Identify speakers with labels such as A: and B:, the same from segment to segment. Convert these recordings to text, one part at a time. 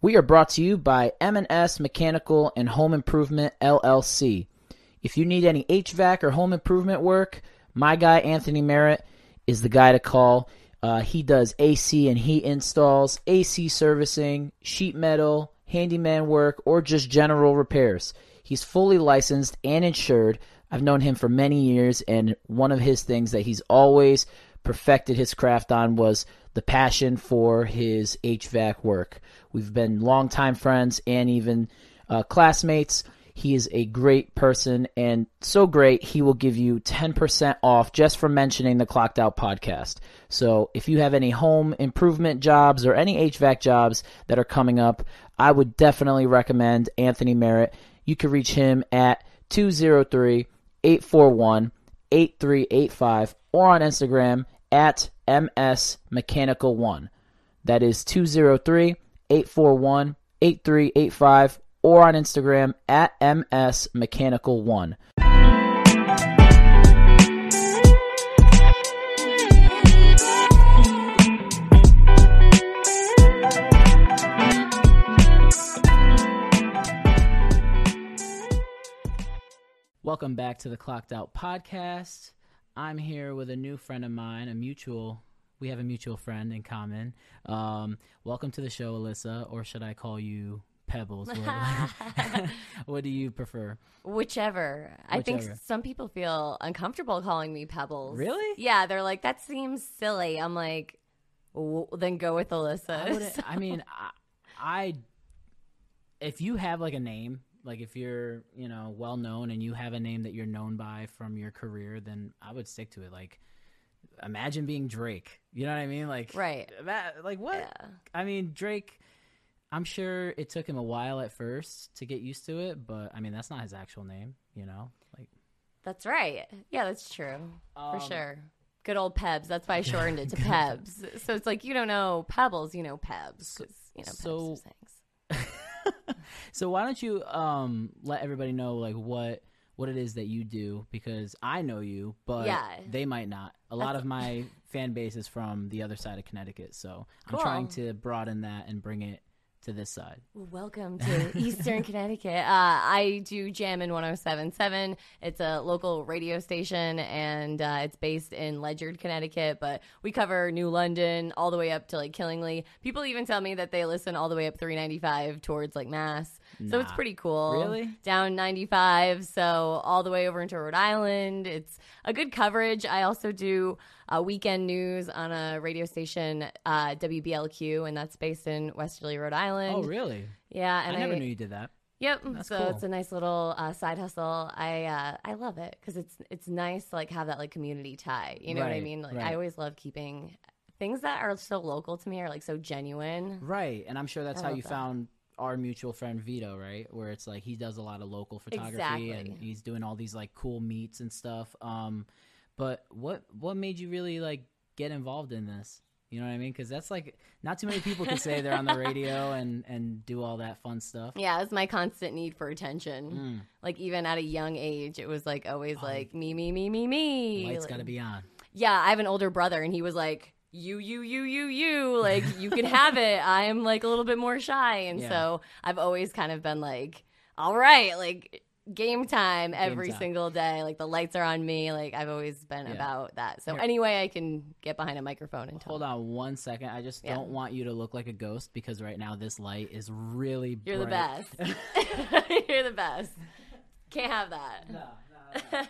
A: We are brought to you by M&S Mechanical and Home Improvement LLC. If you need any HVAC or home improvement work, my guy Anthony Merritt is the guy to call. Uh, he does AC and heat installs, AC servicing, sheet metal, handyman work, or just general repairs. He's fully licensed and insured. I've known him for many years, and one of his things that he's always perfected his craft on was the passion for his HVAC work. We've been longtime friends and even uh, classmates. He is a great person and so great, he will give you 10% off just for mentioning the Clocked Out podcast. So if you have any home improvement jobs or any HVAC jobs that are coming up, I would definitely recommend Anthony Merritt. You can reach him at 203 841 8385 or on Instagram at MS Mechanical One. That is 203 841 8385 or on Instagram at MS Mechanical One. Welcome back to the Clocked Out Podcast. I'm here with a new friend of mine, a mutual. We have a mutual friend in common. Um, welcome to the show, Alyssa, or should I call you Pebbles? What, what do you prefer?
B: Whichever. I think
A: Whichever.
B: some people feel uncomfortable calling me Pebbles.
A: Really?
B: Yeah, they're like, that seems silly. I'm like, w- then go with Alyssa.
A: I, wouldn't- I mean, I, I. If you have like a name, like if you're you know well known and you have a name that you're known by from your career, then I would stick to it. Like, imagine being Drake. You know what I mean? Like,
B: Right.
A: That, like what?
B: Yeah.
A: I mean, Drake, I'm sure it took him a while at first to get used to it, but I mean, that's not his actual name, you know? Like,
B: That's right. Yeah, that's true. For
A: Um,
B: sure. Good old Pebs. That's why I shortened it to Pebs. So it's like, you don't know Pebbles, you know Pebs. 'cause, you know, Pebs
A: so-
B: are things.
A: so why don't you um let everybody know like what what it is that you do because I know you, but
B: Yeah.
A: they might not. A lot of my fan base is from the other side of Connecticut, so I'm
B: Cool.
A: trying to broaden that and bring it to this side.
B: Welcome to Eastern Connecticut. Uh, I do Jam in 1077. It's a local radio station and uh, it's based in Ledyard, Connecticut, but we cover New London all the way up to like Killingley. People even tell me that they listen all the way up 395 towards like Mass. So it's
A: Nah.
B: pretty cool.
A: Really?
B: Down 95, so all the way over into Rhode Island. It's a good coverage. I also do uh, weekend news on a radio station, uh, WBLQ, and that's based in Westerly, Rhode Island.
A: Oh, really?
B: Yeah,
A: I
B: and I,
A: never knew you did that.
B: Yep.
A: That's
B: so
A: cool.
B: it's a nice little uh, side hustle. I uh, I love it because it's it's nice to like have that like community tie. You know what I
A: Right,
B: mean? Like
A: right.
B: I always love keeping things that are so local to me are like so genuine.
A: Right, and I'm sure that's
B: I
A: how
B: love
A: you
B: that.
A: found our mutual friend Vito, right? Where it's like he does a lot of local photography and
B: Exactly.
A: he's doing all these like cool meets and stuff. Um, but what what made you really like get involved in this? You know what I mean? Because that's like not too many people can say they're on the radio and and do all that fun stuff.
B: Yeah, it's my constant need for attention.
A: Mm,
B: Like even at a young age, it was like always
A: Oh,
B: like me me me me me.
A: lights
B: Like-
A: got to be on.
B: yeah, I have an older brother, and he was like, "You, you, you, you, you, like you can have it." I'm like a little bit more shy, and
A: Yeah.
B: so I've always kind of been like, "All right, like game time every
A: time.
B: single day. Like the lights are on me. Like I've always been
A: Yeah.
B: about that. So
A: Here.
B: any way I can get behind a microphone and talk.
A: Hold on one second. I just
B: Yeah.
A: don't want you to look like a ghost because right now this light is really.
B: You're the
A: bright.
B: best. You're the best. Can't have that.
A: No, no, no,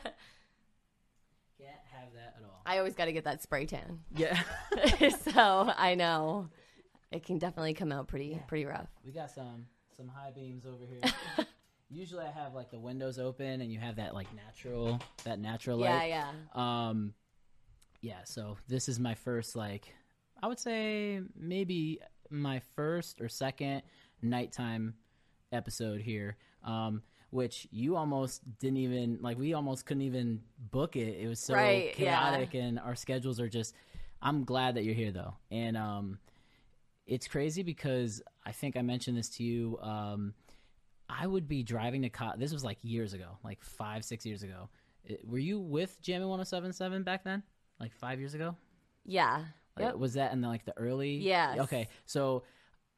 A: can't have that at all.
B: I always got to get that spray tan.
A: Yeah.
B: so I know it can definitely come out pretty pretty rough.
A: We got some some high beams over here. Usually I have like the windows open and you have that like natural that natural
B: Yeah,
A: light.
B: yeah.
A: Um yeah, so this is my first like I would say maybe my first or second nighttime episode here. Um which you almost didn't even like we almost couldn't even book it. It was so
B: Right, yeah.
A: chaotic and our schedules are just I'm glad that you're here though. And um it's crazy because I think I mentioned this to you. Um, I would be driving to co- this was like years ago, like five, six years ago. It- were you with Jammin' 1077 back then? Like five years ago?
B: Yeah.
A: Like,
B: Yep.
A: Was that in the, like the early?
B: Yes.
A: Okay, so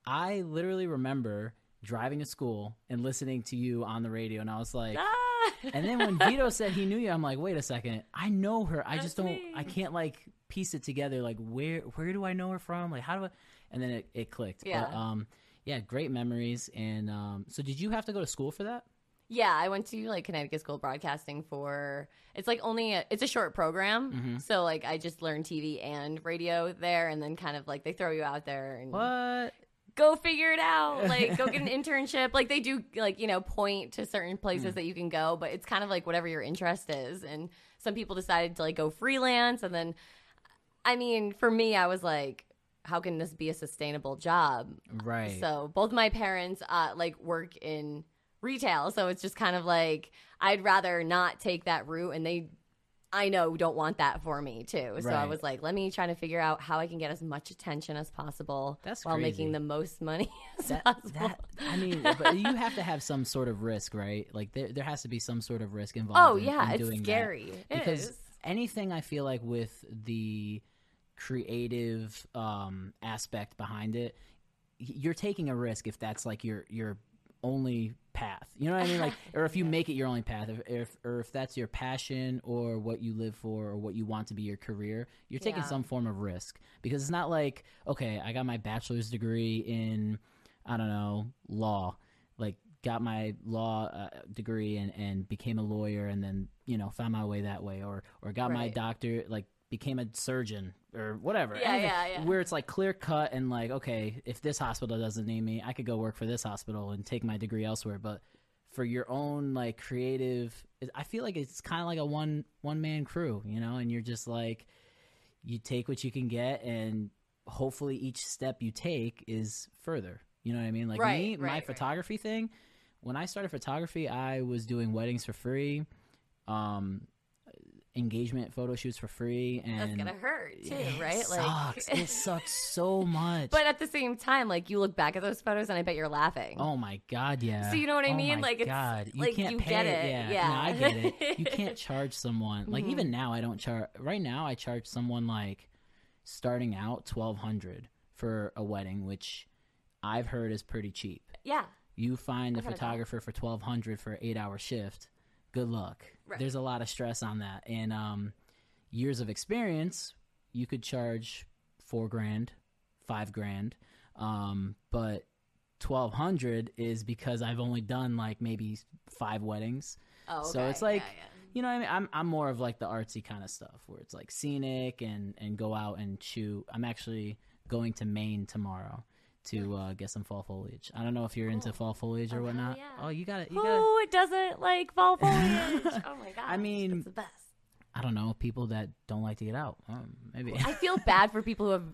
A: I literally remember driving to school and listening to you on the radio, and I was like,
B: Ah!
A: and then when Vito said he knew you, I'm like, wait a second, I know her. I just
B: That's
A: don't,
B: me.
A: I can't like piece it together. Like where, where do I know her from? Like how do I? And then it, it clicked.
B: Yeah.
A: But, um, yeah, great memories. And um, so did you have to go to school for that?
B: Yeah, I went to like Connecticut School of Broadcasting for it's like only a, it's a short program,
A: Mm-hmm.
B: so like I just learned TV and radio there, and then kind of like they throw you out there and
A: What?
B: go figure it out, like go get an internship, like they do like you know point to certain places
A: Mm.
B: that you can go, but it's kind of like whatever your interest is, and some people decided to like go freelance, and then I mean for me I was like, how can this be a sustainable job?
A: Right.
B: So both my parents uh, like work in retail, so it's just kind of like I'd rather not take that route, and they, I know, don't want that for me too. So I
A: Right.
B: was like, let me try to figure out how I can get as much attention as possible
A: That's
B: while
A: crazy.
B: making the most money as
A: that,
B: possible.
A: that I mean, but you have to have some sort of risk, right? Like there, there has to be some sort of risk involved.
B: Oh,
A: in-
B: yeah,
A: in
B: it's
A: doing that.
B: scary. It
A: because
B: is.
A: anything I feel like with the creative um, aspect behind it, y- you're taking a risk if that's like your your only path. You know what I mean? Like, or if you make it your only path, if, if or if that's your passion or what you live for or what you want to be your career, you're taking
B: Yeah.
A: some form of risk because it's not like okay, I got my bachelor's degree in I don't know law, like got my law uh, degree and and became a lawyer and then you know found my way that way or or got my
B: Right.
A: doctor like became a surgeon or whatever
B: Yeah,
A: anything
B: yeah, yeah.
A: where it's like clear cut and like okay if this hospital doesn't need me i could go work for this hospital and take my degree elsewhere but for your own like creative i feel like it's kind of like a one one man crew you know and you're just like you take what you can get and hopefully each step you take is further you know what i mean like
B: Right,
A: me
B: right,
A: my
B: right.
A: photography thing when i started photography i was doing weddings for free um engagement photo shoots for free and
B: That's gonna hurt too,
A: it
B: right?
A: sucks. it sucks so much.
B: but at the same time, like you look back at those photos, and I bet you're laughing.
A: oh my god, yeah.
B: So you know what I
A: Oh
B: mean?
A: my
B: Like, it's-
A: god, you
B: like,
A: can't
B: you
A: pay
B: get it.
A: Yeah,
B: Yeah. Mm-hmm.
A: No, I get it. You can't charge someone like even now. I don't charge right now. I charge someone like starting out twelve hundred for a wedding, which I've heard is pretty cheap.
B: Yeah,
A: You find a
B: heard of that.
A: photographer for twelve hundred for an eight hour shift. Good luck.
B: Right.
A: There's a lot of stress on that, and um, years of experience, you could charge four grand, five grand, um, but twelve hundred is because I've only done like maybe five weddings.
B: Oh,
A: so
B: okay.
A: it's like
B: Yeah, yeah.
A: you know, what I mean, I'm I'm more of like the artsy kind of stuff where it's like scenic and and go out and shoot. I'm actually going to Maine tomorrow. To uh, get some fall foliage. I don't know if you're into fall foliage or
B: Hmm. Oh, hell
A: whatnot.
B: yeah.
A: Oh, you got it. You got it.
B: who doesn't like fall foliage? oh my god! I
A: mean-
B: it's the best.
A: I don't know people that don't like to get out. Um, maybe.
B: I feel bad for people who have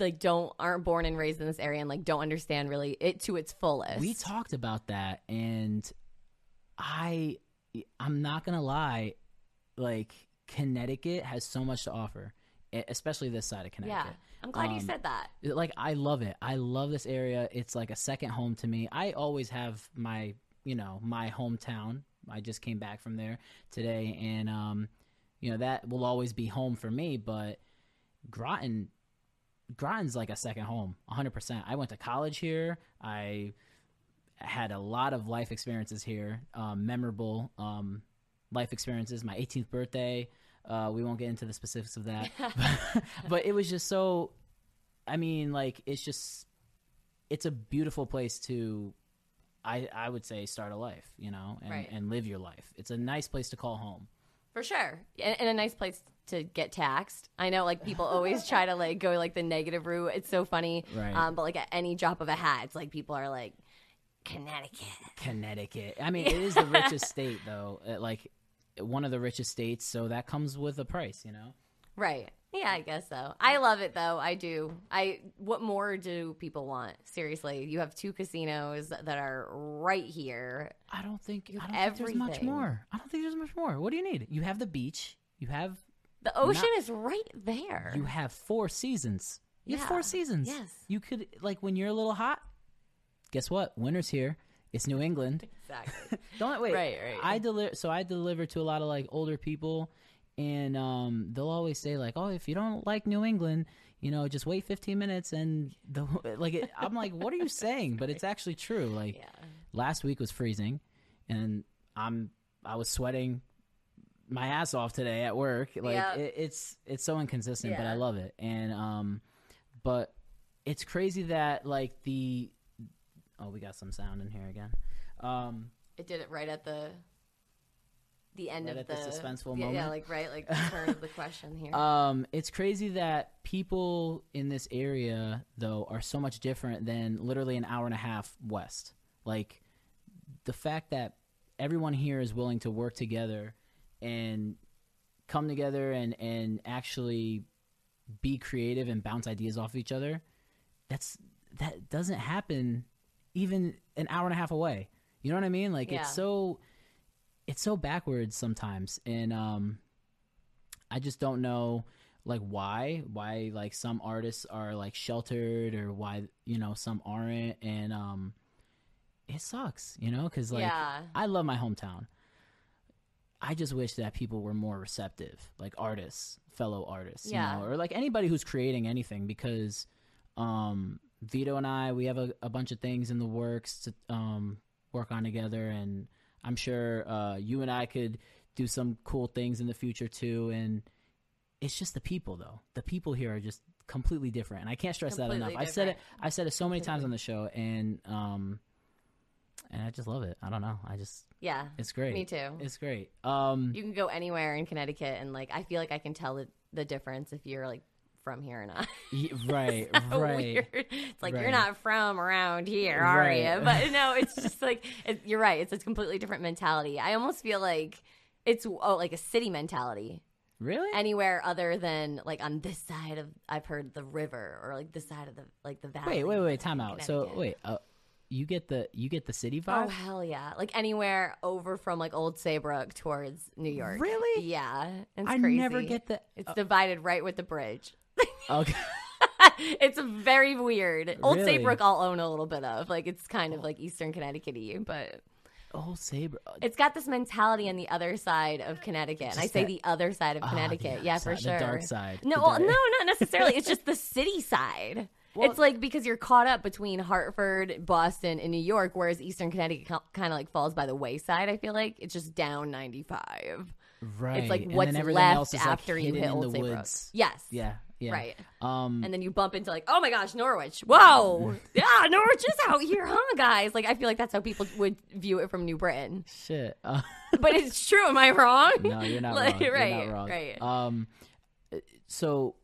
B: like don't aren't born and raised in this area and like don't understand really it to its fullest.
A: we talked about that and i i'm not gonna lie like connecticut has so much to offer e- especially this side of
B: yeah,
A: connecticut
B: I'm glad you
A: Um,
B: said that.
A: like i love it i love this area it's like a second home to me i always have my you know my hometown i just came back from there today and um you know that will always be home for me but groton groton's like a second home 100% i went to college here i had a lot of life experiences here um, memorable um life experiences my 18th birthday uh, we won't get into the specifics of that but it was just so I mean, like it's just it's a beautiful place to I I would say start a life, you know, and,
B: Right.
A: and live your life. It's a nice place to call home.
B: For sure. And, and a nice place to get taxed. I know like people always try to like go like the negative route. It's so funny.
A: Right.
B: Um, but like at any drop of a hat, it's like people are like Connecticut.
A: Connecticut. I mean, it is the richest state though. uh, Like one of the richest states, so that comes with a price, you know.
B: Right. Yeah, I guess so. I love it though. I do. I what more do people want? Seriously, you have two casinos that are right here.
A: I don't think I don't think there's much
B: everything.
A: more. I don't think there's much more. What do you need? You have the beach. You have
B: The ocean is right there.
A: you have four seasons. You have
B: Yeah.
A: four seasons.
B: Yes.
A: You could like when you're a little hot. Guess what? Winter's here. It's New England.
B: exactly.
A: Don't wait.
B: Right, right.
A: I deliver. So I deliver to a lot of like older people, and um, they'll always say like, "Oh, if you don't like New England, you know, just wait 15 minutes." And the like, it, I'm like, "What are you saying?" But it's actually true. Like last week was freezing, and I'm I was sweating my ass off today at work. Like
B: Yep.
A: it, it's it's so inconsistent, but I
B: Yeah.
A: love it. And um, but it's crazy that like the oh, we got some sound in here again. Um,
B: It did it right at the the end
A: Right
B: of
A: at the suspenseful
B: yeah, Yeah,
A: moment.
B: like right, like the turn of the question here.
A: Um, it's crazy that people in this area though are so much different than literally an hour and a half west. Like the fact that everyone here is willing to work together and come together and and actually be creative and bounce ideas off each other. That's that doesn't happen even an hour and a half away. You know what I mean? Like
B: Yeah.
A: it's so it's so backwards sometimes and um I just don't know like why why like some artists are like sheltered or why you know some aren't and um it sucks you know because like
B: Yeah.
A: I love my hometown I just wish that people were more receptive like artists fellow artists
B: Yeah.
A: you know or like anybody who's creating anything because um Vito and I we have a, a bunch of things in the works to um work on together and I'm sure uh you and I could do some cool things in the future too and it's just the people though. The people here are just completely different and I can't stress that
B: Completely
A: enough. I've said it
B: different.
A: I've said it so many times on the show and um and I just love it. I don't know. I just
B: yeah,
A: it's great.
B: Me too.
A: It's great. Um
B: you can go anywhere in Connecticut, and like I feel like I can tell the, the difference if you're like from here or not.
A: y- right, right.
B: Weird. It's like
A: Right.
B: you're not from around here, are
A: Right.
B: you? But no, it's just like it, you're right. It's a completely different mentality. I almost feel like it's oh, like a city mentality.
A: Really?
B: Anywhere other than like on this side of, I've heard the river or like this side of the like the valley.
A: wait, wait, wait, time out.
B: Connecticut.
A: So wait, uh, you get the you get the city
B: Oh
A: vibe?
B: hell yeah! Like anywhere over from like Old Saybrook towards New York.
A: Really?
B: Yeah, it's
A: I
B: crazy.
A: never get uh, the uh,
B: It's divided right with the bridge.
A: Okay.
B: it's very weird. Old
A: Really?
B: Saybrook, I'll own a little bit of. Like it's kind of like Eastern Connecticut, but
A: Oh, Sabre.
B: it's got this mentality on the other side of Connecticut. And I
A: Just
B: say
A: that-
B: the other side of
A: ah, the
B: Connecticut.
A: other
B: yeah,
A: side,
B: for
A: the
B: sure.
A: dark side,
B: No,
A: the
B: well,
A: dark-
B: no, not necessarily. It's just the city side. it's like because you're caught up between Hartford, Boston, and New York, whereas Eastern Connecticut kind of like falls by the wayside. I feel like it's just down 95.
A: Right.
B: It's like
A: And then
B: what's
A: everything
B: left
A: else is, like,
B: after you
A: hidden
B: hit
A: in
B: Old
A: the
B: Saybrook.
A: woods.
B: Yes.
A: Yeah. Yeah.
B: Right.
A: Um.
B: And then you bump into like, oh my gosh, Norwich. Whoa. yeah, Norwich is out here, huh, guys? Like, I feel like that's how people would view it from New Britain.
A: Shit. Uh,
B: But it's true. Am I wrong?
A: no, you're not
B: Like,
A: wrong. You're
B: right.
A: not wrong.
B: Right.
A: Um. So,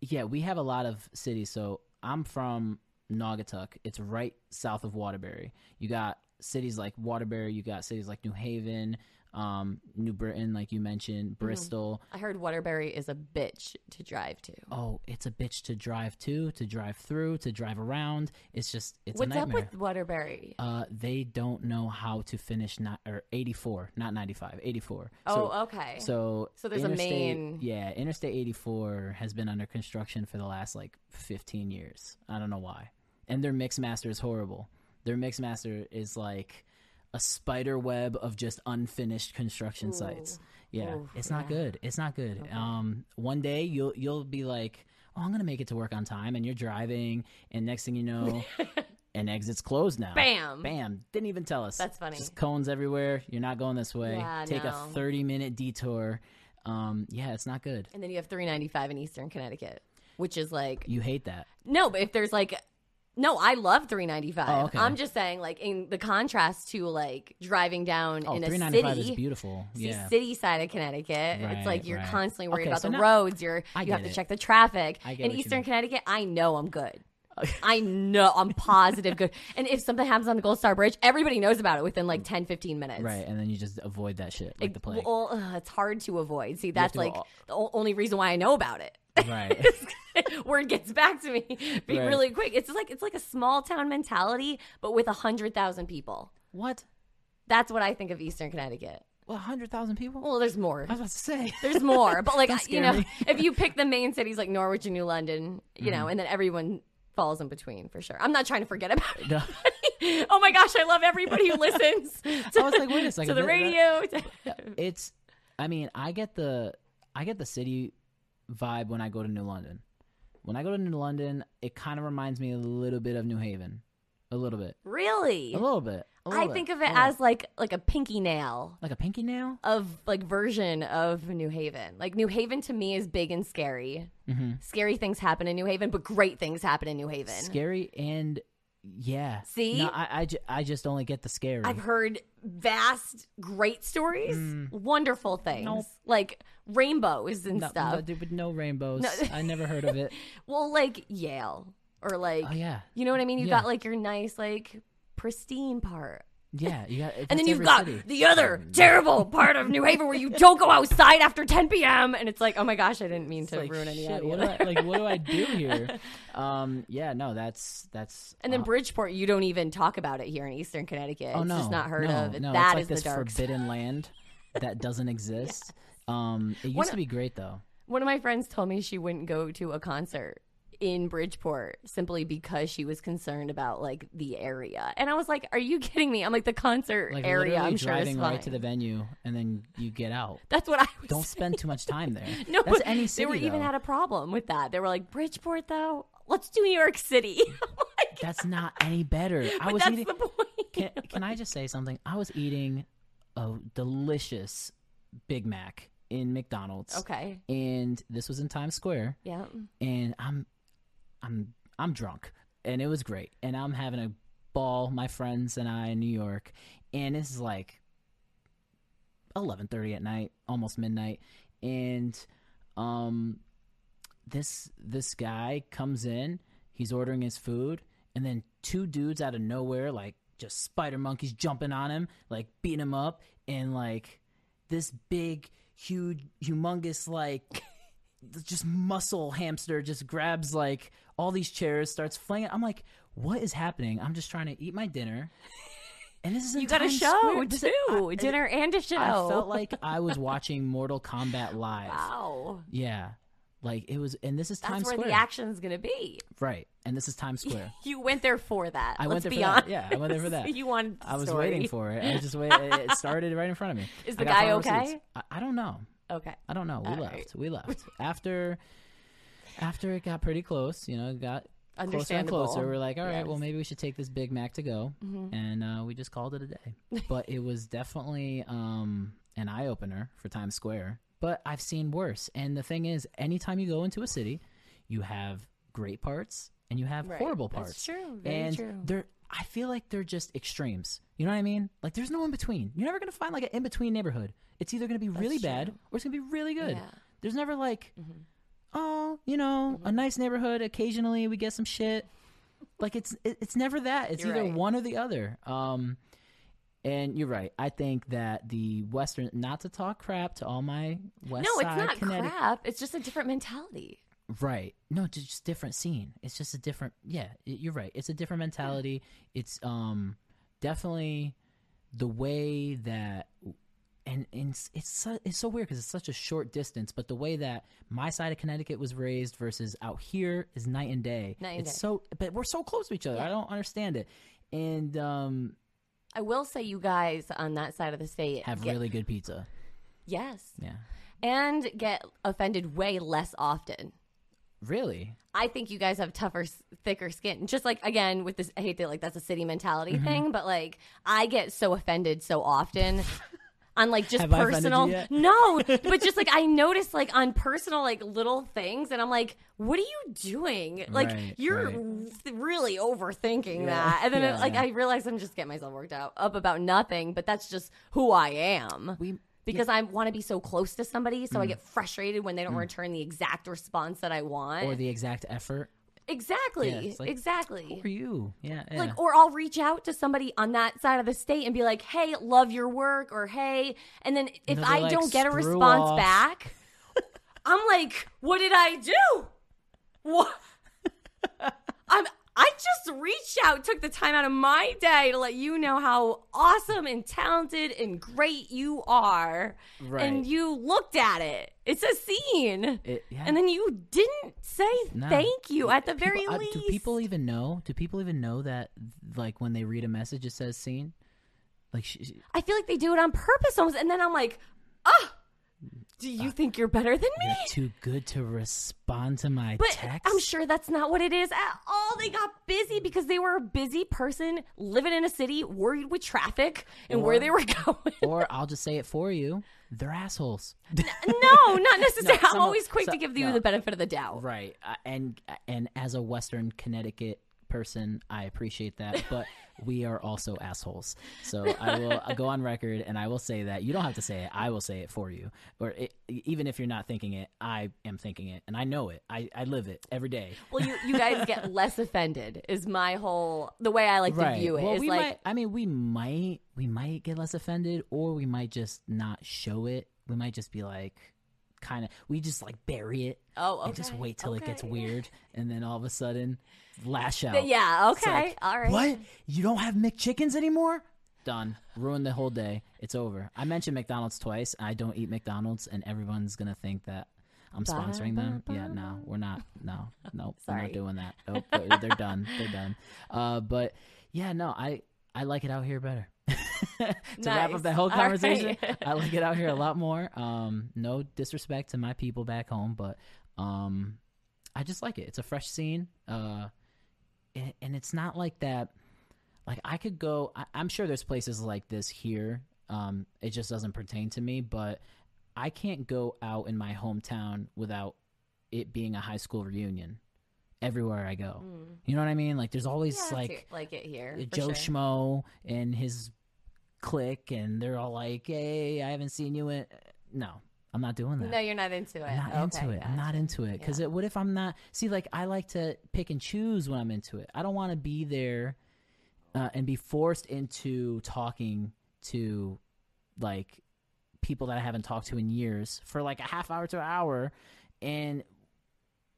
A: yeah, we have a lot of cities. So I'm from Naugatuck. It's right south of Waterbury. You got cities like Waterbury. You got cities like New Haven, um, New Britain, like you
B: Mm-hmm.
A: mentioned, Bristol.
B: I heard Waterbury is a bitch to drive to.
A: Oh, it's a bitch to drive to, to drive through, to drive around. It's just it's a
B: What's up
A: nightmare.
B: with Waterbury?
A: Uh, they don't know how to finish not or 84, not 95, 84. so,
B: oh, okay.
A: So, uh,
B: So there's a
A: Interstate-
B: main-
A: Yeah, Interstate 84 has been under construction for the last like 15 years. I don't know why. And their mix master is horrible. Their mix master is like a spider web of just unfinished construction sites. Yeah,
B: Oof,
A: it's not
B: yeah.
A: good. It's not good. Um, one day you'll you'll be like, oh, I'm gonna make it to work on time, and you're driving, and next thing you know. An exit's closed now.
B: Bam.
A: Bam. Didn't even tell us.
B: That's funny.
A: Just cones everywhere. You're not going this way.
B: Yeah,
A: Take
B: no.
A: a 30 minute detour. Um, yeah, it's not good.
B: and then you have 395 in Eastern Connecticut, which is like
A: You hate that.
B: No, but if there's like no, I love 395.
A: Oh, okay.
B: I'm just saying like in the contrast to like driving down
A: Oh,
B: in a
A: 395
B: city.
A: is beautiful.
B: see,
A: Yeah.
B: city side of Connecticut.
A: Right,
B: it's like you're
A: right.
B: constantly worried
A: Okay,
B: about
A: so
B: the
A: now-
B: roads. You're
A: I
B: you have
A: get
B: to
A: it.
B: check the traffic.
A: I get
B: In
A: what you
B: Eastern
A: mean.
B: Connecticut, I know I'm good. I know I'm positive good. And if something happens on the Gold Star Bridge, everybody knows about it within like 10, 15 minutes.
A: Right. And then you just avoid that shit like the plague.
B: Well, ugh, it's hard to avoid. See, that's
A: to go
B: like
A: all-
B: the o- only reason why I know about it.
A: right.
B: word gets back to me be
A: Right.
B: really quick. It's just like it's like a small town mentality, but with a hundred thousand people.
A: what?
B: That's what I think of Eastern Connecticut.
A: Well, 100,000 people?
B: Well, there's more.
A: I was about to say.
B: There's more, but like
A: Don't
B: you
A: scare
B: know,
A: me.
B: if you pick the main cities like Norwich and New London, you know, and then everyone falls in between for sure. I'm not trying to forget about it.
A: No.
B: oh my gosh, I love everybody who listens. To,
A: I was like, wait a second,
B: to
A: that-
B: the radio. to-
A: it's I mean, I get the I get the city vibe when I go to New London. When I go to New London, it kind of reminds me a little bit of New Haven, a little bit,
B: Really?
A: a little bit. a
B: I
A: little
B: think
A: bit,
B: of
A: a
B: it
A: little
B: as like like a pinky nail
A: bit. like a pinky nail.
B: of like version of New Haven. Like New Haven to me is big and scary. Scary things happen in New Haven, but great things happen in New Haven.
A: Scary and yeah.
B: See?
A: no, I, I, ju- I just only get the scary.
B: I've heard vast great stories,
A: Mm.
B: wonderful things
A: Nope.
B: like rainbows and
A: no,
B: stuff.
A: no, dude, but no rainbows. I never heard of it.
B: Well, like Yale or like
A: Oh, yeah.
B: you know what I mean. You
A: Yeah.
B: got like your nice like pristine part,
A: Yeah, you got.
B: and
A: that's
B: then you've
A: every
B: got
A: city.
B: the other terrible part of New Haven where you don't go outside after 10 p.m. and it's like, oh my gosh, I didn't mean to
A: Like,
B: ruin any
A: shit,
B: of
A: what
B: it.
A: do I, like what do I do here? Um, yeah, no, that's that's uh,
B: And then Bridgeport, you don't even talk about it here in Eastern Connecticut.
A: oh
B: it's
A: no,
B: just not heard
A: no,
B: of. It-
A: No,
B: that
A: it's like
B: is
A: this
B: the dark side.
A: forbidden land that doesn't exist. Um, it used
B: One-
A: to be great though.
B: One of my friends told me she wouldn't go to a concert in Bridgeport simply because she was concerned about like the area. And I was like, "Are you kidding me?" I'm like, "The concert
A: Like
B: area,
A: literally
B: I'm sure is
A: driving
B: fine."
A: right to the venue and then you get out.
B: That's what I was.
A: Don't spend too much time there.
B: no,
A: that's
B: but
A: any city.
B: they were even
A: though.
B: had a problem with that. They were like, "Bridgeport, though, let's do New York City." I'm like,
A: that's not any better. I was
B: that's
A: eating.
B: the point.
A: Can, can I just say something? I was eating a delicious Big Mac in McDonald's.
B: okay.
A: And this was in Times Square.
B: Yeah.
A: and I'm I'm I'm drunk and it was great and I'm having a ball my friends and I in New York and this is like 11:30 at night almost midnight and um this this guy comes in he's ordering his food and then two dudes out of nowhere like just spider monkeys jumping on him like beating him up and like this big huge humongous like just muscle hamster just grabs like all these chairs, starts flinging. I'm like, what is happening? I'm just trying to eat my dinner. And this is in
B: You got a
A: Times
B: show
A: Square. This-
B: too,
A: I-
B: dinner and a show.
A: I felt like I was watching Mortal Kombat live.
B: wow,
A: Yeah, like it was, and this is
B: that's
A: Times
B: where
A: Square,
B: the action's gonna be.
A: right? And this is Times Square.
B: You went there for that.
A: I went
B: Let's
A: there
B: be
A: for
B: honest.
A: that. Yeah, I went there for that.
B: you wanted. The
A: I was
B: story.
A: waiting for it. I was just wait. It started right in front of me.
B: Is
A: I
B: the
A: got
B: guy
A: front row
B: okay?
A: seats. I, I don't know.
B: Okay.
A: I don't know. We
B: All
A: left.
B: right.
A: We left after after it got pretty close. You know, it got closer and
B: Understandable.
A: closer. We're like, all right, well,
B: Yes. Mm-hmm.
A: maybe we should take this Big Mac to go, and uh, we just called it a day. But it was definitely um, an eye opener for Times Square. But I've seen worse. And the thing is, anytime you go into a city, you have great parts and you have
B: Right.
A: horrible parts.
B: That's true. Very
A: and
B: true.
A: they're I feel like they're just extremes. You know what I mean? Like there's no in between. You're never gonna find like an in between neighborhood. It's either gonna be really bad or it's gonna be really good.
B: Yeah. Mm-hmm.
A: There's never like, oh, you know, a nice neighborhood. Occasionally we get some shit. Like it's it- it's never that. It's
B: You're
A: either
B: right.
A: one or the other. Um, and you're right. I think that the Western, not to talk crap to all my West
B: No, it's
A: Side
B: not
A: Connecticut,
B: crap. It's just a different mentality.
A: Right. No, it's just different scene. It's just a different. Yeah, y- you're right. It's a different mentality. It's um definitely the way that and and it's it's so, it's so weird because it's such a short distance, but the way that my side of Connecticut was raised versus out here is night and day.
B: Night and
A: it's
B: day.
A: so, but we're so close to each other. I don't understand it. And um,
B: I will say, you guys on that side of the state
A: have
B: get-
A: really good pizza.
B: yes,
A: Yeah.
B: and get offended way less often.
A: Really.
B: I think you guys have tougher, s- thicker skin. Just like again with this, I hate that like that's a city mentality
A: Mm-hmm.
B: thing, but like I get so offended so often. On like just
A: Have I offended
B: personal,
A: you yet?
B: no, but just like I notice like on personal like little things, and I'm like, what are you doing? Like
A: Right,
B: you're
A: right.
B: th- really overthinking
A: Yeah,
B: that, and then
A: yeah,
B: it, like
A: yeah.
B: I realize I'm just getting myself worked out up about nothing, but that's just who I am
A: We- Mm.
B: because I want to be so close to somebody, so I get frustrated when they don't return the exact response that I want,
A: Or the exact effort.
B: Exactly.
A: Yeah, it's like,
B: exactly.
A: For you. Yeah. yeah.
B: Like, or I'll reach out to somebody on that side of the state and be like, "Hey, love your work," or "Hey," and then
A: they'll
B: if
A: be
B: I
A: like,
B: don't get a
A: "Screw
B: response
A: off."
B: back, I'm like, "What did I do? What? I'm." I just reached out, took the time out of my day to let you know how awesome and talented and great you are.
A: Right.
B: And you looked at it. It's a scene.
A: It- yeah.
B: And then you didn't say
A: No.
B: thank you at the very
A: People- uh,
B: least.
A: Do people even know? Do people even know that, like, when they read a message, it says "seen"? Like, sh- sh-
B: I feel like they do it on purpose almost. And then I'm like, ah, Do
A: Uh,
B: you think you're better than me?
A: You're too good to respond to my
B: But
A: text.
B: I'm sure that's not what it is at all. They got busy because they were a busy person living in a city, worried with traffic and where they were going.
A: Or I'll just say it for you. They're assholes.
B: no, not necessarily. I'm
A: some-
B: always quick to
A: some-
B: give you
A: no.
B: the benefit of the doubt.
A: Right. Uh, and and as a Western Connecticut person, I appreciate that, but we are also assholes. So I will I'll go on record and I will say that you don't have to say it. I will say it for you. Or it, even if you're not thinking it, I am thinking it, and I know it. I, I live it every day.
B: Well, you, you guys get less offended is my whole the way I like to view it.
A: Well,
B: is
A: we
B: like
A: might. I mean, we might we might get less offended, or we might just not show it. We might just be like, kind of. We just like bury it.
B: Oh,
A: And just
B: okay,
A: wait till it gets
B: okay.
A: weird, and then all of a sudden, lash out.
B: Th- yeah,
A: It's
B: okay,
A: like,
B: all right.
A: What? You don't have McChickens anymore? Done. Ruined the whole day. It's over. I mentioned McDonald's twice. I don't eat McDonald's, and everyone's gonna think that. I'm sponsoring them. Yeah, no, we're not. No, no, we're
B: Sorry.
A: not doing that. Oh, but they're done. They're done. Uh, but yeah, no, I I like it out here better. to wrap
B: Nice.
A: up that whole
B: All right.
A: conversation, I like it out here a lot more. Um, no disrespect to my people back home, but um, I just like it. It's a fresh scene. Uh, and, and it's not like that. Like I could go. I, I'm sure there's places like this here. Um, it just doesn't pertain to me, but I can't go out in my hometown without it being a high school reunion. Everywhere I go, you know what I mean. Like there's always
B: Mm-hmm. Mm. Yeah, it's
A: like
B: here- like it here. for
A: Uh, Joe
B: sure.
A: Schmo and his clique, and they're all like, "Hey, I haven't seen you in." uh, No, I'm not doing that.
B: No, you're not into it.
A: I'm not
B: okay,
A: into it. I'm not
B: gotcha.
A: into it. Because what if I'm not? See, like I like to pick and choose when I'm into it. I don't want to be there uh, and be forced into talking to like people that I haven't talked to in years for like a half hour to an hour, and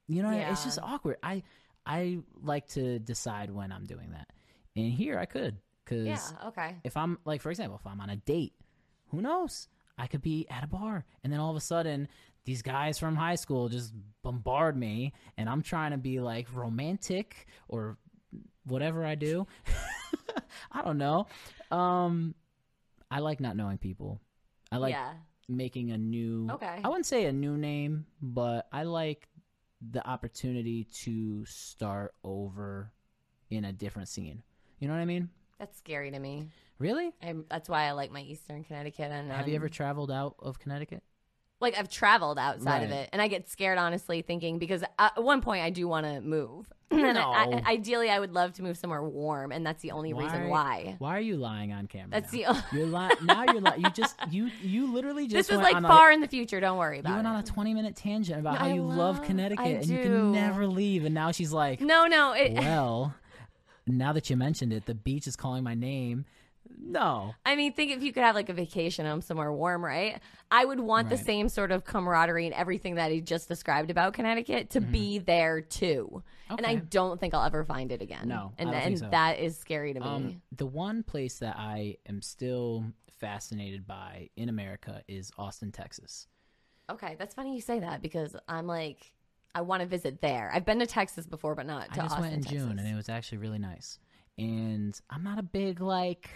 A: you know it's
B: Yeah.
A: just awkward. I I like to decide when I'm doing that, and here I could because
B: Yeah. Okay.
A: if I'm like, for example, if I'm on a date, who knows? I could be at a bar, and then all of a sudden, these guys from high school just bombard me, and I'm trying to be like romantic or whatever I do. I don't know. Um, I like not knowing people. I like
B: yeah.
A: making a new.
B: Okay.
A: I wouldn't say a new name, but I like the opportunity to start over in a different scene. You know what I mean?
B: That's scary to me.
A: Really?
B: I'm, that's why I like my Eastern Connecticut. And
A: Have you
B: um,
A: ever traveled out of Connecticut?
B: like I've traveled outside of
A: Right.
B: it, and I get scared honestly thinking because uh, at one point I do want to move. and I- I,
A: No.
B: ideally, I would love to move somewhere warm, and that's the only reason why.
A: Why are you lying on camera?
B: That's
A: now?
B: the-
A: you're lying. Now you're lying. You just you you literally just
B: This is
A: went
B: like
A: on
B: far in the future. Don't worry
A: A, you
B: about
A: went on
B: it.
A: a 20 minute tangent about how
B: I
A: you love,
B: love-
A: Connecticut
B: I
A: and you
B: do.
A: can never leave, and now she's like,
B: no, no. It,
A: well, now that you mentioned it, the beach is calling my name. No,
B: I mean, think if you could have like a vacation home somewhere warm, right? I would want the
A: Right.
B: same sort of camaraderie and everything that he just described about Connecticut to be there too. And I
A: Mm-hmm. Okay.
B: don't think I'll ever find it again.
A: No, I
B: and
A: don't think
B: and
A: so.
B: that is scary to me.
A: Um, the one place that I am still fascinated by in America is Austin, Texas.
B: okay, that's funny you say that because I'm like, I want to visit there. I've been to Texas before, but not
A: I
B: to
A: just
B: Austin,
A: went in June
B: Texas.
A: and it was actually really nice. And I'm not a big like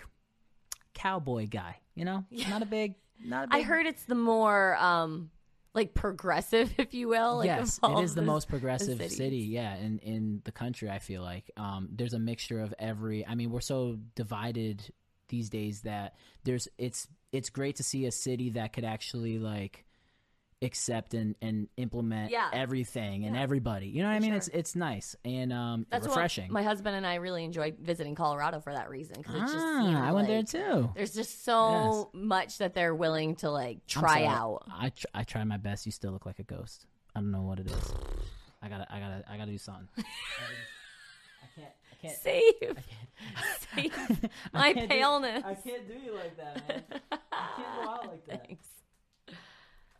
A: cowboy guy, you know? Not a big not a big
B: I heard it's the more um, like progressive, if you will. Like,
A: yes,
B: of all
A: it is the
B: this-
A: most progressive
B: cities.
A: city, yeah, in in the country. I feel like um, there's a mixture of every. I mean, we're so divided these days that there's it's it's great to see a city that could actually like accept and, and implement
B: Yeah.
A: everything and
B: Yeah.
A: everybody. You know what I mean?
B: sure.
A: It's it's nice and um
B: That's
A: refreshing.
B: What my husband and I really enjoyed visiting Colorado for that reason. 'cause it just seemed
A: ah, I went there
B: like-
A: too.
B: There's just so much that they're willing to like
A: I'm
B: try
A: sorry.
B: out.
A: I tr- I try my best. You still look like a ghost. I don't know what it is. I gotta I gotta I gotta do something. I can't I can't
B: Save, save my
A: can't do-
B: paleness.
A: can't do you like that, man. I can't go out like that.
B: Thanks.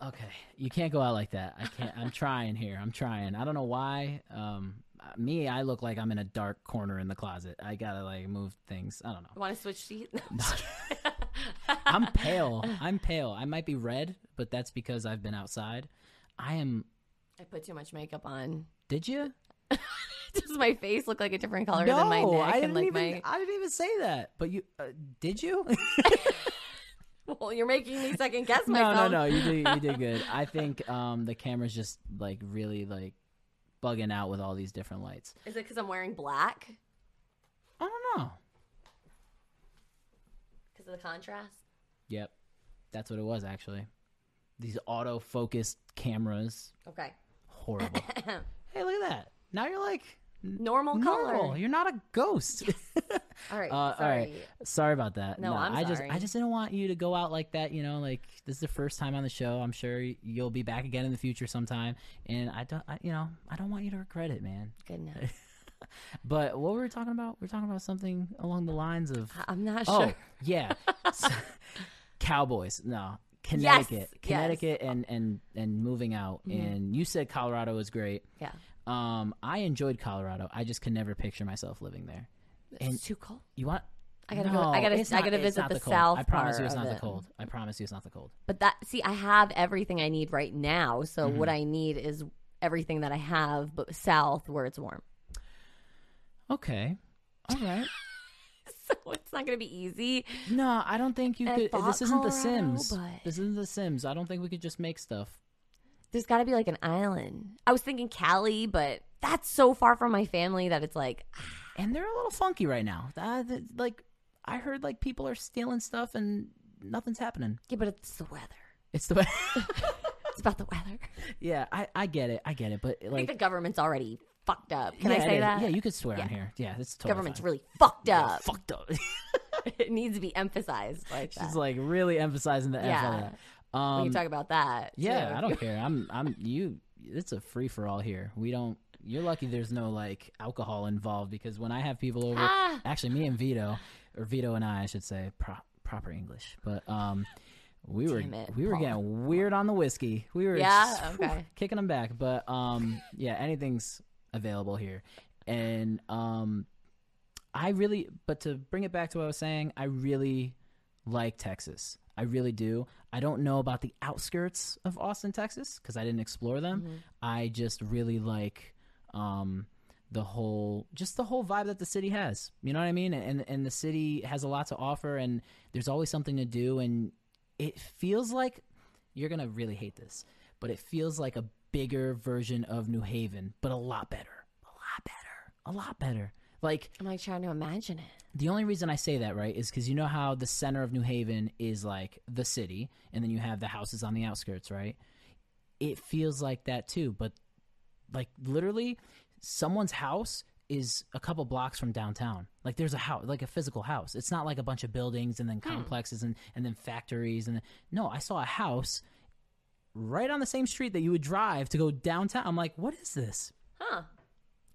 A: Okay, you can't go out like that. I can't. I'm trying here. I'm trying. I don't know why. Um, me, I look like I'm in a dark corner in the closet. I gotta like move things. I don't know.
B: Want to switch seats?
A: I'm pale. I'm pale. I might be red, but that's because I've been outside. I am.
B: I put too much makeup on.
A: Did you?
B: Does my face look like a different color than my neck
A: I didn't
B: and like
A: even.
B: my?
A: I didn't even say that. But you uh, did you?
B: Well, you're making me second guess
A: No,
B: myself.
A: no, no. You did, you did good. I think um, the camera's just like really like bugging out with all these different lights.
B: Is it because I'm wearing black?
A: I don't know.
B: Because of the contrast?
A: Yep, that's what it was actually. These auto focused cameras,
B: Okay.
A: horrible. hey, look at that. Now you're like
B: Normal color.
A: normal. You're not a ghost.
B: All right.
A: Uh, all
B: sorry.
A: right. Sorry about that.
B: No, I'm
A: I just
B: sorry.
A: I just didn't want you to go out like that. You know, like this is the first time on the show. I'm sure you'll be back again in the future sometime. And I don't, I, you know, I don't want you to regret it, man.
B: Goodness.
A: But what were we talking about? We are talking about something along the lines of
B: I- I'm not
A: oh
B: Uh, sure.
A: yeah, So- Cowboys. No, Connecticut,
B: Yes, yes. Mm-hmm.
A: Connecticut, and and and moving out. And you said Colorado was great.
B: Yeah.
A: Um, I enjoyed Colorado. I just can never picture myself living there. And-
B: It's too cold.
A: You want?
B: I gotta go- I gotta-
A: it's
B: I gotta
A: it's
B: visit the
A: cold.
B: south
A: I promise
B: part
A: you, it's
B: of
A: not the
B: it.
A: cold. I promise you, it's not the cold.
B: But that, see, I have everything I need right now. So
A: Mm-hmm.
B: what I need is everything that I have, but south where it's warm.
A: Okay. All right.
B: So it's not going to be easy.
A: No, I don't think you
B: I
A: could.
B: thought
A: This isn't The
B: Colorado,
A: Sims.
B: but-
A: This isn't The Sims. I don't think we could just make stuff.
B: There's got to be like an island. I was thinking Cali, but that's so far from my family that it's like,
A: And they're a little funky right now. Uh, th- like, I heard like people are stealing stuff and nothing's happening.
B: yeah, but it's the weather.
A: It's the
B: It's about the weather.
A: yeah. I I get it. I get it. But
B: I think
A: like,
B: the government's already fucked up. Can
A: yeah,
B: I
A: it
B: say
A: is.
B: that?
A: Yeah, you could swear on
B: Yeah.
A: here. Yeah, it's totally
B: government's
A: fine.
B: really fucked
A: Yeah,
B: up.
A: fucked up.
B: it needs to be emphasized like that.
A: She's like really emphasizing the F
B: Yeah.
A: on that. Um,
B: we can talk about that.
A: Yeah,
B: too.
A: I don't care. I'm I'm you it's a free for all here. We don't you're lucky there's no like alcohol involved because when I have people over
B: Ah.
A: actually me and Vito or Vito and I I should say pro- proper English. But um we were
B: Damn it,
A: we were
B: Paul.
A: getting weird on the whiskey. We were
B: Yeah, okay.
A: kicking them back, but um yeah, anything's available here. And um I really but to bring it back to what I was saying, I really like Texas. I really do. I don't know about the outskirts of Austin, Texas, because I didn't explore them.
B: Mm-hmm.
A: I just really like um, the whole, just the whole vibe that the city has. You know what I mean? And and the city has a lot to offer, and there's always something to do. And it feels like you're gonna really hate this, but it feels like a bigger version of New Haven, but a lot better, a lot better, a lot better. Like
B: I'm like trying to imagine it.
A: the only reason I say that, right, is because you know how the center of New Haven is like the city, and then you have the houses on the outskirts, right? It feels like that too, but like literally, someone's house is a couple blocks from downtown. Like there's a house, like a physical house. It's not like a bunch of buildings and then complexes and and then factories and no, I saw a house right on the same street that you would drive to go downtown. I'm like, what is this?
B: Huh.